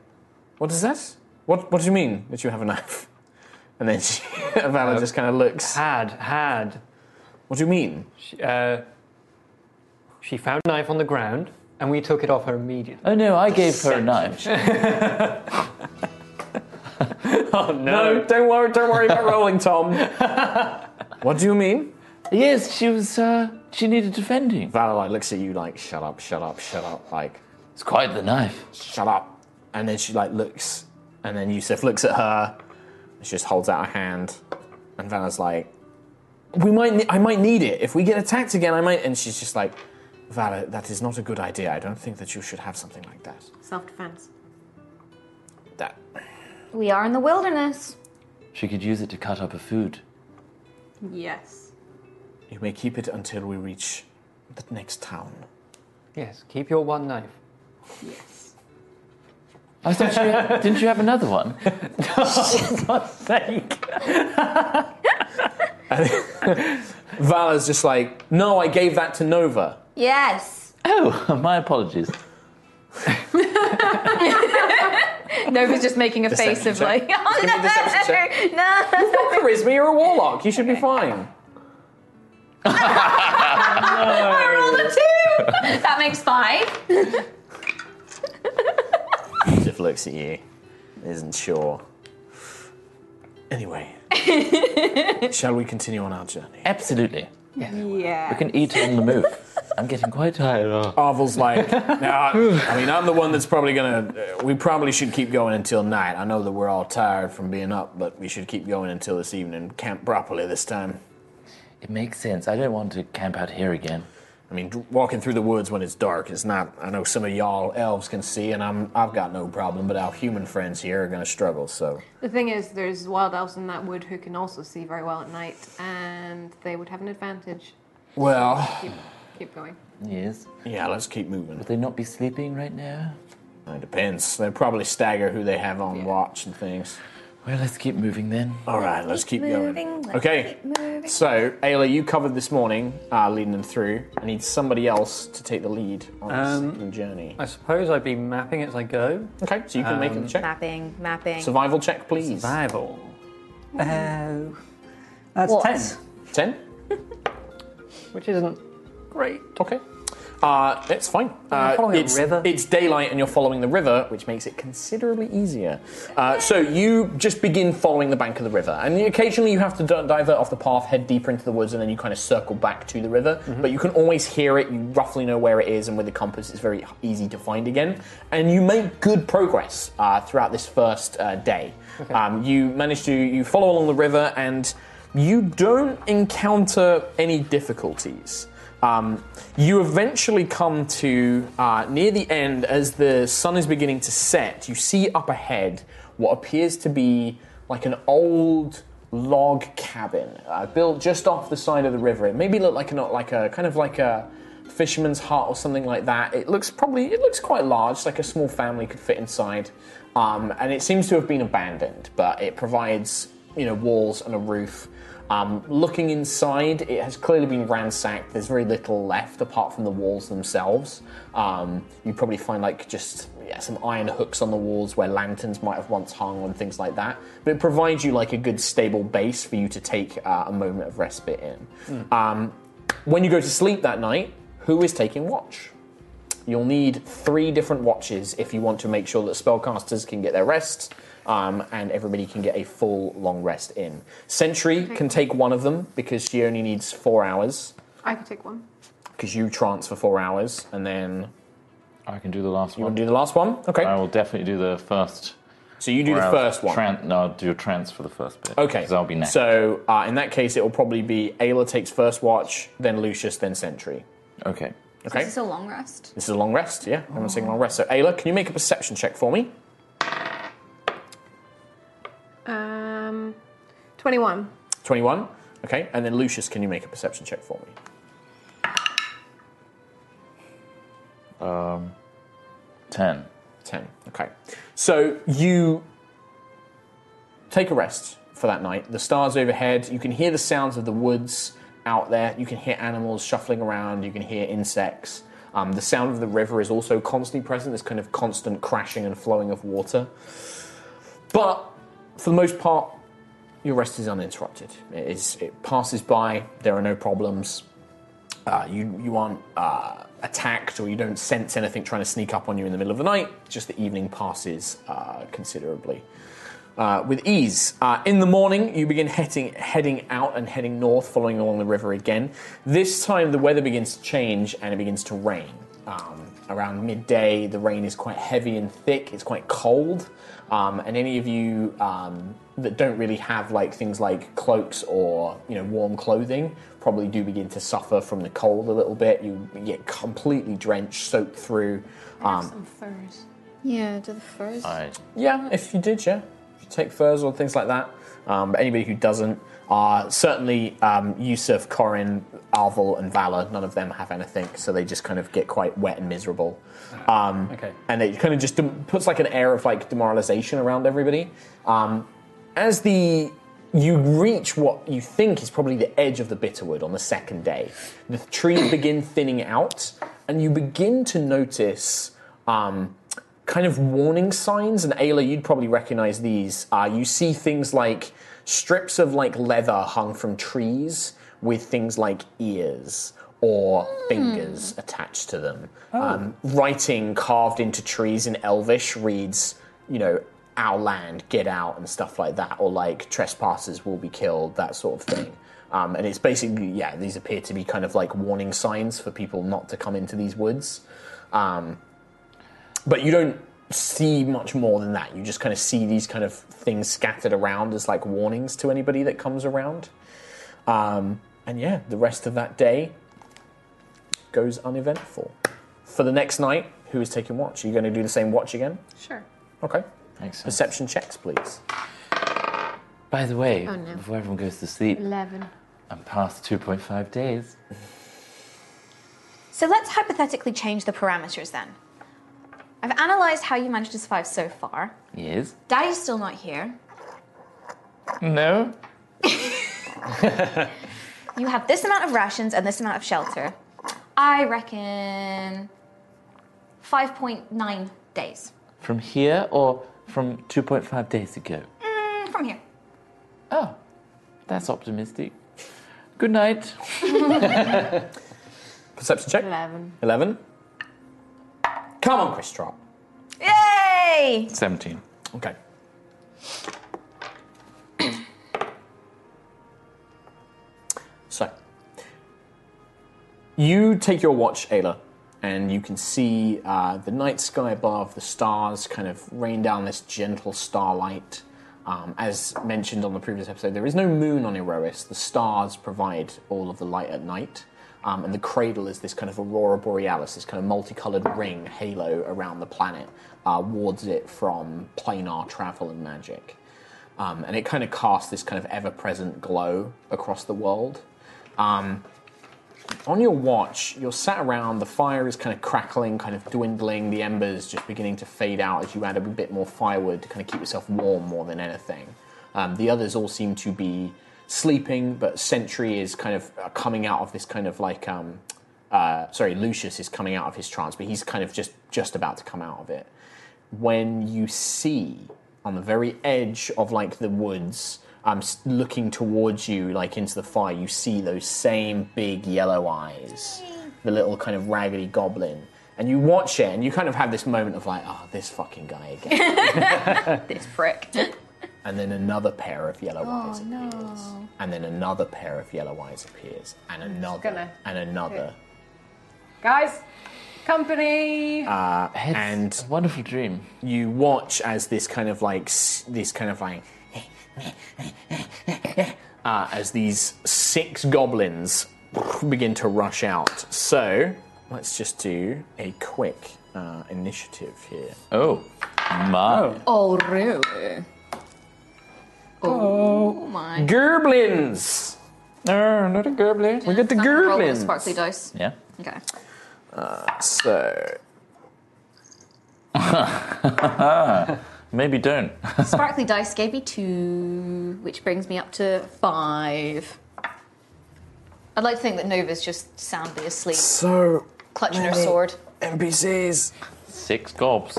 "What is that? What What do you mean that you have a knife?" And then she, Vala just kind of looks.
Had, had.
What do you mean?
She, uh, she found a knife on the ground, and we took it off her immediately.
Oh no, I gave her a knife.
Oh, no.
don't worry. Don't worry about rolling, Tom. what do you mean?
yes, she was. Uh, she needed defending.
Vala like looks at you like, "Shut up! Shut up! Shut up!" Like,
It's quite the knife.
"Shut up!" And then she like looks, and then Yusef looks at her. She just holds out her hand, and Vala's like, "We might. Ne- I might need it if we get attacked again. I might." And she's just like, "Vala, that is not a good idea. I don't think that you should have something like that.
Self defense.
That
We are in the wilderness.
She could use it to cut up her food.
Yes.
you may keep it until we reach the next town."
Yes, keep your one knife.
Yes.
I thought she had, didn't you have another one?
Vala's just like, "No, I gave that to Nova."
Yes.
Oh, my apologies.
Nova's just making a face of
Deception
like,
check.
oh
Give me a deception check.
no, no.
Charisma, you're a warlock. You should be fine.
I rolled a two. That makes five.
Just looks at you, isn't sure.
Anyway, shall we continue on our journey?
Absolutely.
Yeah.
We can eat on the move. I'm getting quite tired.
Arvel's like, nah, I mean, I'm the one that's probably gonna. uh, we probably should keep going until night. I know that we're all tired from being up, but we should keep going until this evening. Camp properly this time.
It makes sense. I don't want to camp out here again.
I mean, d- walking through the woods when it's dark is not. I know some of y'all elves can see, and I'm. I've got no problem, but our human friends here are gonna struggle. So
The thing is, there's wild elves in that wood who can also see very well at night, and they would have an advantage.
Well.
Keep, keep going.
Yes.
Yeah, let's keep moving. Would
they not be sleeping right now?
It depends. They probably stagger who they have on watch and things.
Well, let's keep moving then.
All right, let's keep
moving,
going.
let's
okay.
keep moving.
So, Ayla, you covered this morning, uh, leading them through. I need somebody else to take the lead on
Um,
this second journey.
I suppose I'd be mapping as I go.
Okay, so you can make a check.
Mapping, mapping.
Survival check, please.
Survival.
Oh.
That's
What?
10.
Ten.
Which isn't great.
Okay. Uh, it's fine.
I'm
Uh,
following a
it's,
river.
it's daylight and you're following the river, which makes it considerably easier. Uh, so you just begin following the bank of the river, and occasionally you have to di- divert off the path, head deeper into the woods, and then you kind of circle back to the river.
Mm-hmm.
But you can always hear it. You roughly know where it is, and with the compass, it's very easy to find again. And you make good progress uh, throughout this first uh, day. Um, you manage to you follow along the river, and you don't encounter any difficulties. Um, you eventually come to uh, near the end as the sun is beginning to set. You see up ahead what appears to be like an old log cabin uh, built just off the side of the river. It maybe looked like a, like a kind of like a fisherman's hut or something like that. It looks probably it looks quite large, like a small family could fit inside, um, and it seems to have been abandoned. But it provides you know walls and a roof. Um, looking inside, it has clearly been ransacked. There's very little left apart from the walls themselves. Um, you probably find like just yeah, some iron hooks on the walls where lanterns might have once hung and things like that. But it provides you like a good stable base for you to take uh, a moment of respite in. Um, when you go to sleep that night, who is taking watch? You'll need three different watches if you want to make sure that spellcasters can get their rest um, and everybody can get a full long rest in. Sentry can take one of them because she only needs four hours
I could take one.
because you trance for four hours and then
I can do the last
you
one.
want to do the last one. Okay.
I will definitely do the first.
So you do
or
the
I'll
first one.
Tran- no, I'll do a trance for the first bit.
Okay.
Because I'll be next.
So uh, in that case, it will probably be Ayla takes first watch, then Lucius, then Sentry.
okay.
Okay.
This is a long rest.
This is a long rest, yeah. I'm taking a long rest. So Ayla, can you make a perception check for me?
Um, 21.
21. Okay, and then Lucius, can you make a perception check for me?
Um, ten.
10. Okay. So you take a rest for that night. The stars overhead, you can hear the sounds of the woods out there, you can hear animals shuffling around, you can hear insects. Um, the sound of the river is also constantly present, this kind of constant crashing and flowing of water. But for the most part, your rest is uninterrupted. It, is, it passes by, there are no problems. Uh, you, you aren't uh, attacked or you don't sense anything trying to sneak up on you in the middle of the night, just the evening passes uh, considerably. Uh, with ease. Uh, in the morning, you begin heading, heading out and heading north, following along the river again. This time, the weather begins to change and it begins to rain. Um, around midday, the rain is quite heavy and thick, it's quite cold. Um, and any of you um, that don't really have like things like cloaks or you know warm clothing probably do begin to suffer from the cold a little bit. You get completely drenched, soaked through. Um,
Some furs.
Yeah, do the first.
I
yeah, if you did, yeah. If you take furs or things like that. Um, but anybody who doesn't, uh, certainly um, Yusuf, Corin, Arval, and Valor, none of them have anything, so they just kind of get quite wet and miserable. Um,
Okay.
And it kind of just dem- puts like an air of like demoralization around everybody. Um, as the you reach what you think is probably the edge of the Bitterwood on the second day, the trees begin thinning out, and you begin to notice um, kind of warning signs. And Ayla, you'd probably recognize these. Uh, you see things like strips of like leather hung from trees with things like ears or fingers attached to them. Um, writing carved into trees in Elvish reads, you know, our land, get out, and stuff like that, or like trespassers will be killed, that sort of thing. Um, and it's basically, yeah, these appear to be kind of like warning signs for people not to come into these woods. Um, but you don't see much more than that. You just kind of see these kind of things scattered around as like warnings to anybody that comes around. Um, and yeah, the rest of that day goes uneventful. For the next night, who is taking watch? Are you going to do the same watch again?
Sure.
Okay. Perception checks, please.
By the way,
Oh, no.
before everyone goes to sleep,
Eleven.
I'm past 2.5 days.
So let's hypothetically change the parameters then. I've analysed how you managed to survive so far.
Yes.
Daddy's still not here.
No.
You have this amount of rations and this amount of shelter. I reckon 5.9 days
From here or from 2.5 days ago? Oh,
Mm, from here.
That's optimistic. Good night.
Perception check.
Eleven.
Eleven. Come on, Chris Trot.
Yay!
17.
Okay. so, you take your watch, Ayla, and you can see uh, the night sky above, the stars kind of rain down this gentle starlight. Um, as mentioned on the previous episode, there is no moon on Erois. The stars provide all of the light at night. Um, and the cradle is this kind of aurora borealis, this kind of multicolored ring halo around the planet, uh, wards it from planar travel and magic. Um, and it kind of casts this kind of ever present glow across the world. Um, on your watch, you're sat around, the fire is kind of crackling, kind of dwindling, the embers just beginning to fade out as you add a bit more firewood to kind of keep yourself warm more than anything. Um, the others all seem to be sleeping, but Sentry is kind of uh, coming out of this kind of like, um, uh, sorry, Lucius is coming out of his trance, but he's kind of just just about to come out of it. When you see on the very edge of like the woods, um, s- looking towards you, like into the fire, you see those same big yellow eyes, the little kind of raggedy goblin, and you watch it, and you kind of have this moment of like, oh, this fucking guy again,
This prick.
and then another pair of yellow eyes,
no.
and then another pair of yellow eyes appears, and another,
gonna-
and another,
Guys, company.
uh, and a
wonderful dream.
You watch as this kind of like s- this kind of like uh, as these six goblins begin to rush out. So let's just do a quick uh, initiative here.
Oh, my.
Oh, really? Oh, my.
Gerblins.
No, not a goblin.
We get the
Roll with the
gerblins.
sparkly dice.
Yeah.
Okay.
Uh, so
Maybe don't.
Sparkly dice gave me two, which brings me up to five. I'd like to think that Nova's just soundly asleep,
so
clutching her
many
sword.
NPCs.
Six gobs.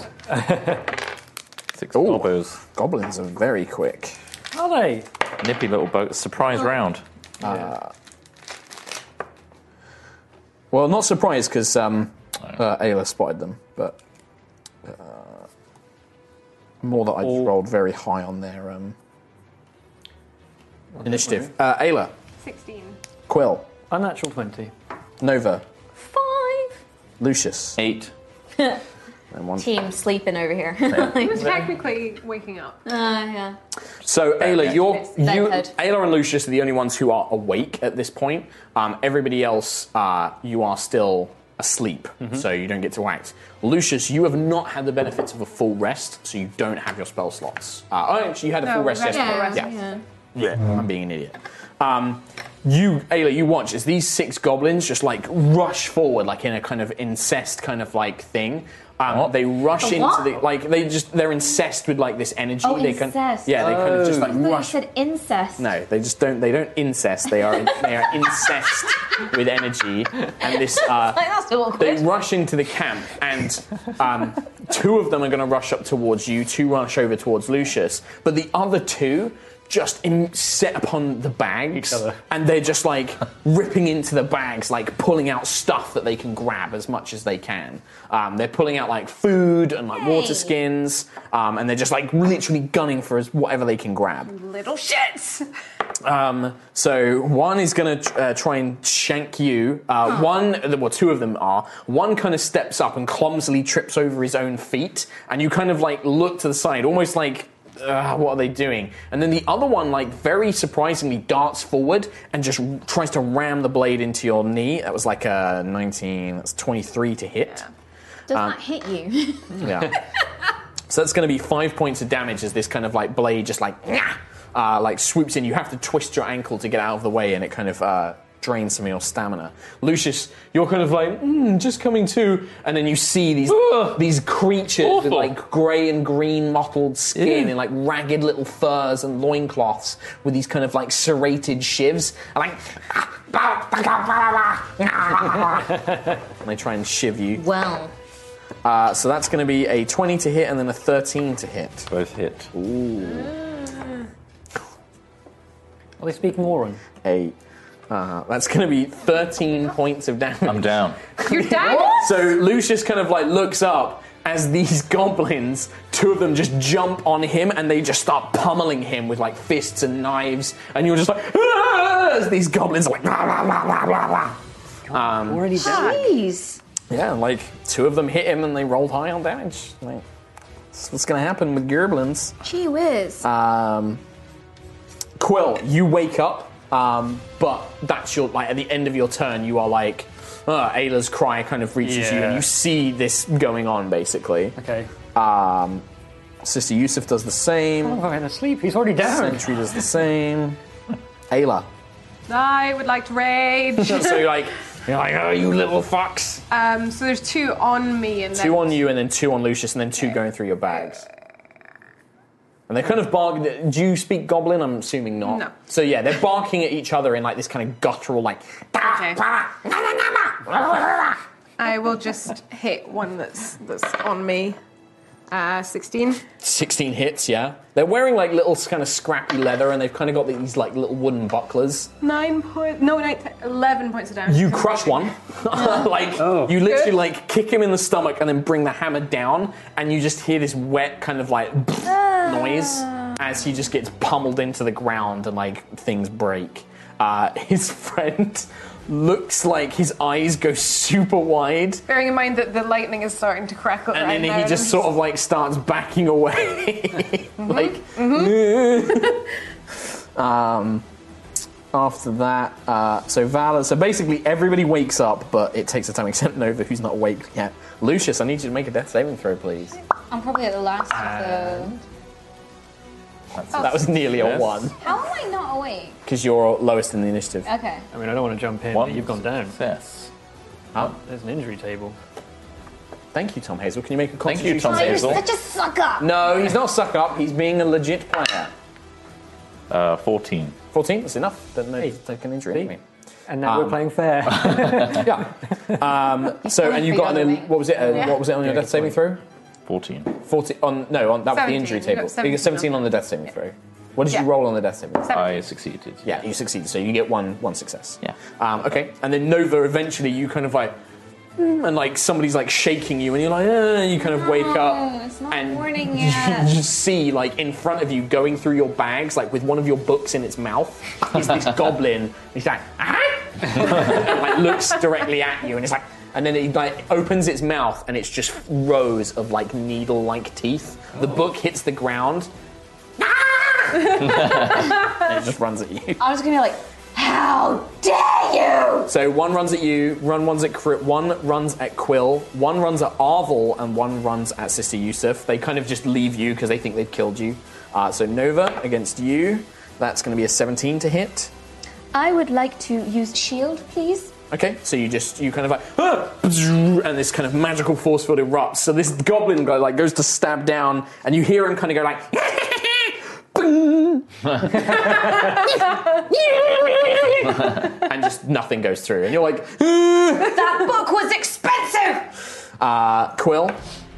Six
Ooh.
gobbos.
Goblins are very quick.
Are they?
Nippy little boat.
Oh.
Surprise round.
Well, not surprised because um, uh, Ayla spotted them, but uh, more that I just rolled very high on their um, initiative. Uh, Ayla,
Sixteen.
Quill,
Unnatural 20.
Nova,
Five.
Lucius.
Eight.
And one.
Team sleeping over here.
It
Like,
was technically waking up.
uh, yeah.
So Ayla, you're
It's
you,
deadhead.
Ayla and Lucius are the only ones who are awake at this point. Um, everybody else, uh, you are still asleep, so you don't get to act. Lucius, you have not had the benefits of a full rest, so you don't have your spell slots. Uh, oh, actually, you had a
No,
full
we
rest
rested
yesterday.
the rest,
yeah. Yeah, I'm being an idiot. Um, you, Ayla, you watch as these six goblins just like rush forward, like in a kind of incest kind of like thing. Um, they rush
A
into
what?
the like they just they're incest with like this energy.
Oh,
they
incest.
Can, yeah, they kind of just
I
like
thought
rush.
you said incest.
No, they just don't. They don't incest. They are they are incest with energy, and this uh,
Like, that's still awkward.
they rush into the camp, and um, two of them are going to rush up towards you. Two rush over towards Lucius, but the other two just in, set upon the bags, and they're just like ripping into the bags, like pulling out stuff that they can grab as much as they can. Um, they're pulling out like food and like water skins, um, and they're just like literally gunning for as whatever they can grab.
Little shits!
Um, so one is going to uh, try and shank you. Uh, One, well, two of them are. One kind of steps up and clumsily trips over his own feet, and you kind of like look to the side, almost like. Uh, what are they doing? And then the other one, like very surprisingly, darts forward and just tries to ram the blade into your knee. That was like a 19, that's 23 to hit.
Does
Um,
that hit you?
Yeah. so that's going to be five points of damage as this kind of like blade just like "Nyah!" uh, like swoops in. You have to twist your ankle to get out of the way, and it kind of uh, drains some of your stamina. Lucius, you're kind of like mm, just coming to, and then you see these these creatures with
Awful.
like grey and green mottled skin
Ew.
and like ragged little furs and loincloths with these kind of like serrated shivs, and like. and they try and shiv you.
Well.
Uh, so that's going to be a 20 to hit and then a 13 to hit. Both hit. Ooh.
Well, they speak Moran.
Eight. Uh, that's going to be 13 points of damage. I'm down.
You're down?
so Lucius kind of like looks up as these goblins, two of them just jump on him and they just start pummeling him with like fists and knives. And you're just like, "Ah!" as these goblins are like, "Rah, rah, rah, rah, rah, rah." Um,
Already Jeez.
Yeah, like two of them hit him and they rolled high on damage. Like, that's what's going to happen with goblins.
Gee whiz.
Um, Quill, you wake up, um, but that's your like at the end of your turn, you are like uh, Ayla's cry kind of reaches you,
Yeah.
and you see this going on basically. Okay. Um, Sister Yusuf does the same.
Oh, I'm asleep. He's already down.
Sentry does the same. Ayla.
I would like to rage.
so you're like, you're like, oh, you little fucks.
um, so there's two on me and then
Two on you, and then two on Lucius, and then two going through your bags. And they're kind of barking. Do you speak Goblin? I'm assuming not.
No.
So yeah, they're barking at each other in like this kind of guttural, like.
Okay. I will just hit one that's that's on me. Uh, 16.
16 hits, yeah. They're wearing like little kind of scrappy leather and they've kind of got these like little wooden bucklers.
Nine point. No, nine, ten, 11 points of damage.
You crush one. like, you literally like kick him in the stomach and then bring the hammer down and you just hear this wet kind of like noise as he just gets pummeled into the ground and like things break. Uh, his friend looks like his eyes go super wide
Bearing in mind that the lightning is starting to crackle.
and then
around
he
there.
just sort of like starts backing away. like,
Mm-hmm.
um, after that, uh, so Valor. So basically, everybody wakes up, but it takes a time except Nova, who's not awake yet. Lucius, I need you to make a death saving throw, please.
I'm probably at the last of the.
uh, that was nearly a
Yes.
one
How am I not awake?
because you're lowest in the initiative.
Okay.
I mean, I don't want to jump in.
One
but You've gone down.
Yes.
There's an injury table.
Thank you, Tom Hazel. Can you make a
Thank
constitution
you, Tom
save,
Oh, You're
please?
such a sucker.
No, he's not suck up. He's being a legit player.
Uh, 14.
14, that's enough. Don't know if take an injury. anyway.
And now
Um,
we're playing fair.
yeah. Um, so, and you got an, what was it? uh,
Yeah.
What was it on your death saving throw?
14.
40 on no on that was the
17.
injury
You
table.
got
You got 17,
17
on the death saving throw. What did
Yeah.
you roll on the death saving? throw?
Seventeen.
I succeeded.
Yeah, you succeeded. So you get one one success.
Yeah.
Um, okay, and then Nova. Eventually, you kind of like. "Mm," And like somebody's like shaking you, and you're like, "Ah," and you kind of wake up,
it's not
and
morning
you
yet.
just see like in front of you, going through your bags, like with one of your books in its mouth, is this goblin. He's like, ah! and, like looks directly at you, and it's like, and then it like opens its mouth, and it's just rows of like needle-like teeth. The book hits the ground, and it just runs at you.
I was gonna be like, how dare you?
So one runs at you, run one's at Cri- one runs at Quill, one runs at Arvel, and one runs at Sister Yusuf. They kind of just leave you because they think they've killed you. Uh, so Nova against you. That's going to be a 17 to hit.
I would like to use shield, please.
Okay, so you just you kind of like "Ah!" and this kind of magical force field erupts. So this goblin guy like goes to stab down, and you hear him kind of go like. and just nothing goes through, and you're like, "Ah!"
that book was expensive!
uh, Quill.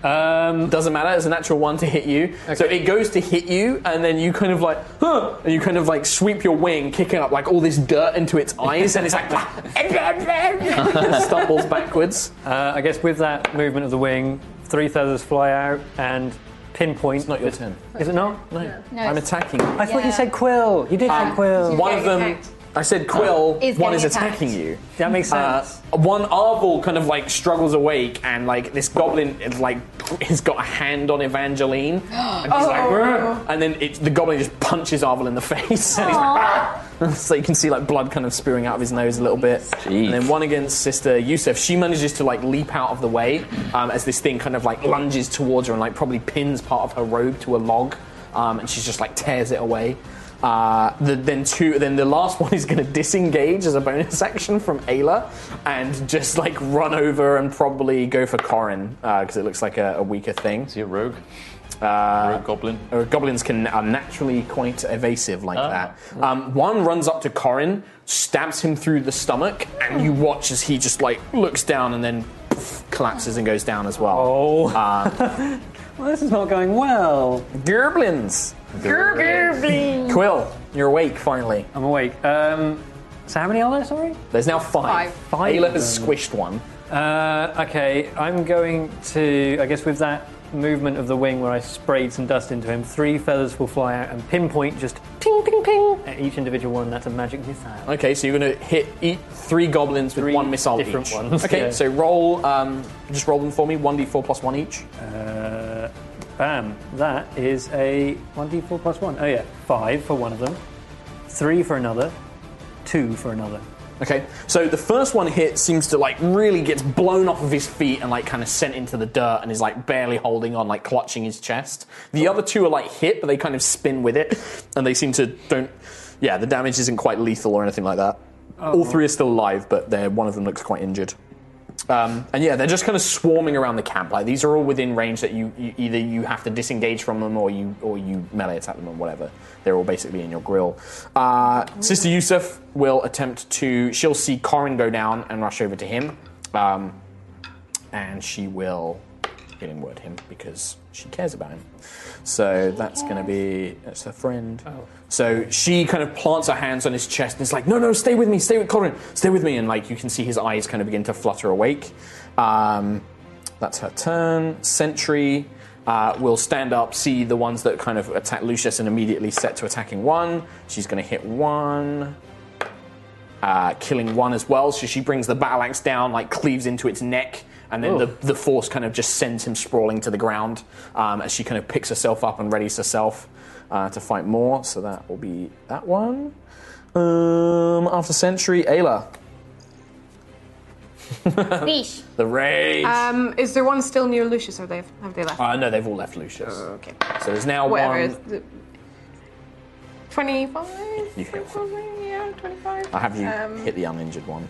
Um, Doesn't matter. It's a natural one to hit you. So it goes to hit you, and then you kind of like, huh, and you kind of like sweep your wing, kicking up like all this dirt into its eyes, and it's like, stumbles backwards.
Uh, I guess with that movement of the wing, three feathers fly out and pinpoint. It's not your turn. Is it not? No. Ah,
No,
I'm
it's-
attacking.
I thought you said Quill. You did say
Um,
Quill.
One of them. I said Quill.
Is
one
getting
is
attacked.
attacking you.
That makes sense.
Uh, one Arvel kind of like struggles awake, and like this goblin is like has got a hand on Evangeline, and he's like,
Oh.
"Rrr," and then it, the goblin just punches Arvel in the face, and he's like, "Ah!" so you can see like blood kind of spewing out of his nose a little bit. And then one against Sister Yusuf, she manages to like leap out of the way um, as this thing kind of like lunges towards her and like probably pins part of her robe to a log, um, and she just like tears it away. Uh, the, then two, then the last one is going to disengage as a bonus action from Ayla, and just like run over and probably go for Corin because it looks like a, a weaker thing. Is
he a rogue?
Uh,
rogue goblin.
Or goblins can are naturally quite evasive like
Oh.
Ah.
that. Um, one runs up to Corin, stabs him through the stomach, and you watch as he just like looks down and then poof, collapses and goes down as well. Oh,
Well, this is not going well.
Gerblins. Quill, you're awake finally.
I'm awake. Um, so how many are there? Sorry.
There's now five.
Five. Five
Ayla
of
has
them.
squished one.
Uh, okay, I'm going to. I guess with that movement of the wing where I sprayed some dust into him, three feathers will fly out and pinpoint just ping, ping, ping at each individual one. That's a magic missile.
Okay, so you're going to hit eat three goblins with one missile
different
each.
ones,
Okay,
yeah.
so roll, um, just roll them for me. One d4 plus one each.
Uh, bam. That is a 1d4 plus 1. Oh, yeah. 5 for one of them, 3 for another, 2 for another.
Okay, so the first one hit seems to like really gets blown off of his feet and like kind of sent into the dirt and is like barely holding on, like clutching his chest. The other two are like hit, but they kind of spin with it, and they seem to don't. Yeah, the damage isn't quite lethal or anything like that. All three are still alive, but they're one of them looks quite injured. Um, and yeah, they're just kind of swarming around the camp. Like these are all within range that you, you either you have to disengage from them or you or you melee attack them or whatever. They're all basically in your grill. Uh, Sister Yusuf will attempt to. She'll see Corin go down and rush over to him, um, and she will healing word him because she cares about him. So that's going to be that's her friend. So she kind of plants her hands on his chest and is like, "No, no, stay with me, stay with Corin, stay with me." And like you can see his eyes kind of begin to flutter awake. Um, that's her turn. Sentry uh, will stand up, see the ones that kind of attack Lucius, and immediately set to attacking one. She's going to hit one uh, killing one as well. So she brings the battle axe down, like cleaves into its neck, and then
Oh.
the, the force kind of just sends him sprawling to the ground um, as she kind of picks herself up and readies herself uh, to fight more. So that will be that one. Um, after Sentry, Ayla.
Beesh.
The rage.
Um, is there one still near Lucius, or they have they left?
uh, no, they've all left Lucius.
okay.
So there's now
uh, Whatever.
one.
is the- Twenty-five.
You hit one.
something, Yeah, twenty-five.
I'll have you
Um,
hit the uninjured one.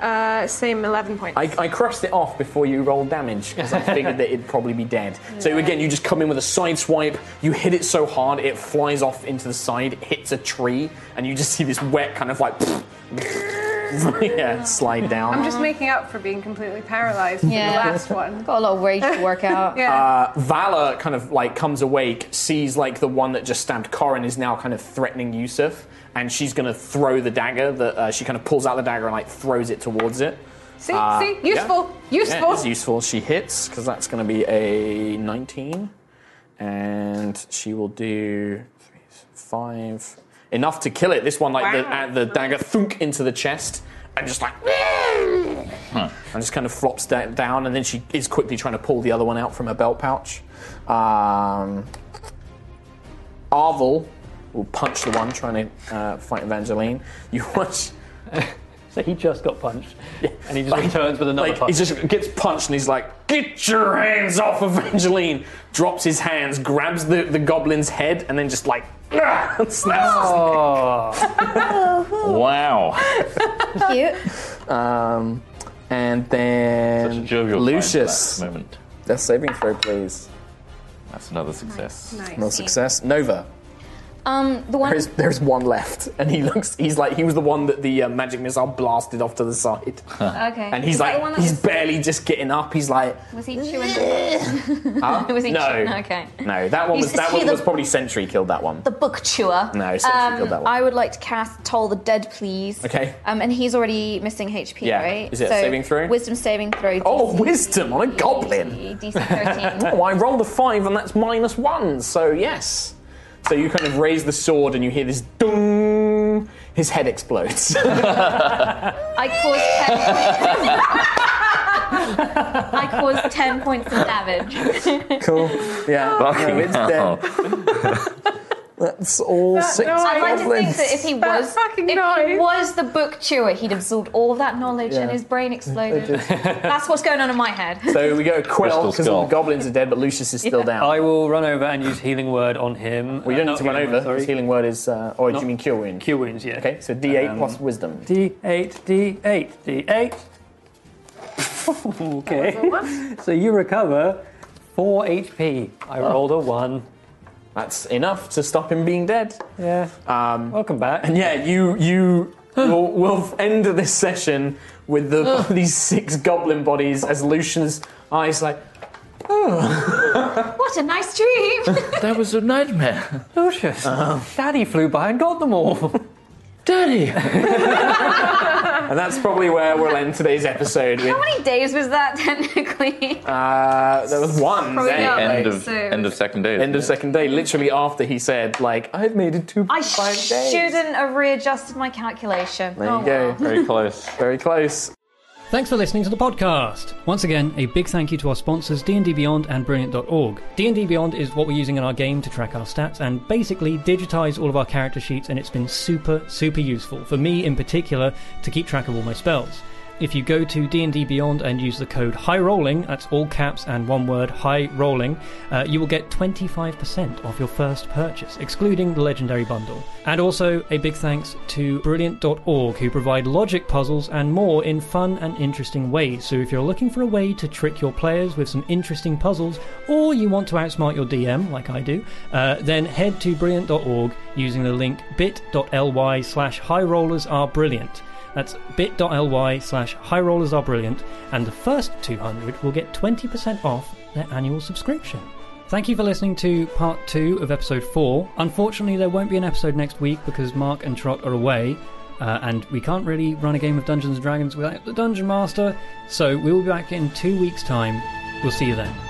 Uh, same eleven points.
I, I crossed it off before you rolled damage because I figured that it'd probably be dead. So again, you just come in with a side swipe. You hit it so hard it flies off into the side, it hits a tree, and you just see this wet kind of like yeah slide down.
I'm just making up for being completely paralyzed
Yeah.
from the last one.
Got a lot of rage to work out.
Uh, Valor kind of like comes awake, sees like the one that just stabbed Corin is now kind of threatening Yusuf, and she's gonna throw the dagger. That uh, she kind of pulls out the dagger and like throws it towards it.
See,
Uh,
see,
yeah.
useful,
Yeah,
useful.
it's useful. She hits because that's going to be a 19, and she will do three, five enough to kill it. This one, like the,
Wow.
uh, the dagger, thunk into the chest, and just like
Hmm.
and just kind of flops da- down, and then she is quickly trying to pull the other one out from her belt pouch. Um, Arvel will punch the one trying to uh, fight Evangeline. You watch
So he just got punched, and he just returns with another
like,
punch.
He just gets punched and he's like, Get your hands off Evangeline! Drops his hands, grabs the, the goblin's head, and then just like, "Ah," and snaps
Oh.
his neck.
oh.
wow.
Cute.
Um, and then
Such a jovial time for
Lucius.
that moment.
Death saving throw, please.
That's another success.
Nice.
Another success. Nova.
Um, the one.
There is, there is one left, and he looks. He's like he was the one that the uh, magic missile blasted off to the side.
Okay.
And he's
Is that the one
like,
that
he's
was-
barely just getting up. He's like,
Was he chewing?
Huh?
was he
No.
chewing? Okay.
no, that one
You
was that
see
one
the-
was probably Sentry killed that one.
The book chewer.
No, Sentry killed that one.
Um, I would like to cast Toll the Dead, please.
Okay.
Um, and he's already missing HP,
Yeah.
right?
Is it a saving throw?
Wisdom saving throw.
Oh,
DC
wisdom on a goblin.
DC 13.
oh, I rolled a five, and that's minus one. So yes. So you kind of raise the sword, and you hear this dong. His head explodes.
I caused 10 I caused 10 points of damage.
cool. Yeah. no, it's dead. That's all six
I'd like to think
goblins.
that if he was if he was the book chewer, he'd absorbed all that knowledge and
Yeah.
his brain exploded. That's what's going on in my head.
So we go Quill
Crystal
because
skull.
the goblins are dead, but Lucius is still down.
I will run over and use healing word on him. Uh,
Well, you don't need to run over.
Sorry.
because Healing word is, uh, or do you mean cure wound?
Cure wounds, yeah.
Okay, so D8
Um,
plus wisdom.
D8, D8, D8. okay. So you recover 4 HP. I rolled a 1.
That's enough to stop him being dead.
Yeah.
Um,
Welcome back.
And yeah, you you will will end this session with the, these six goblin bodies as Lucian's eyes like.
What a nice dream!
That was a nightmare.
Lucius, Daddy flew by and got them all.
Daddy!
And that's probably where we'll end today's episode. With,
How many days was that technically?
uh, there was one
Probably
day,
not,
like,
End of,
So-
end of second day.
end of second day, literally after he said like, "I've made it two
I
point five days."
shouldn't have readjusted my calculation. Oh,
There you go.
Very close.
Very close.
Thanks for listening to the podcast. Once again, a big thank you to our sponsors D&D Beyond and brilliant.org. D&D Beyond is what we're using in our game to track our stats and basically digitize all of our character sheets and it's been super super useful for me in particular to keep track of all my spells. If you go to D&D Beyond and use the code high rolling, that's all caps and one word high rolling, uh, you will get 25% off your first purchase, excluding the legendary bundle. And also a big thanks to brilliant.org who provide logic puzzles and more in fun and interesting ways. So if you're looking for a way to trick your players with some interesting puzzles or you want to outsmart your DM like I do, uh, then head to brilliant.org using the link bit.ly slash high rollers are brilliant. That's bit.ly slash high rollers are brilliant, and the first 200 will get 20% off their annual subscription. Thank you for listening to part two of episode four. Unfortunately, there won't be an episode next week because Mark and Trot are away, uh, and we can't really run a game of Dungeons and Dragons without the Dungeon Master, so we will be back in two weeks' time. We'll see you then.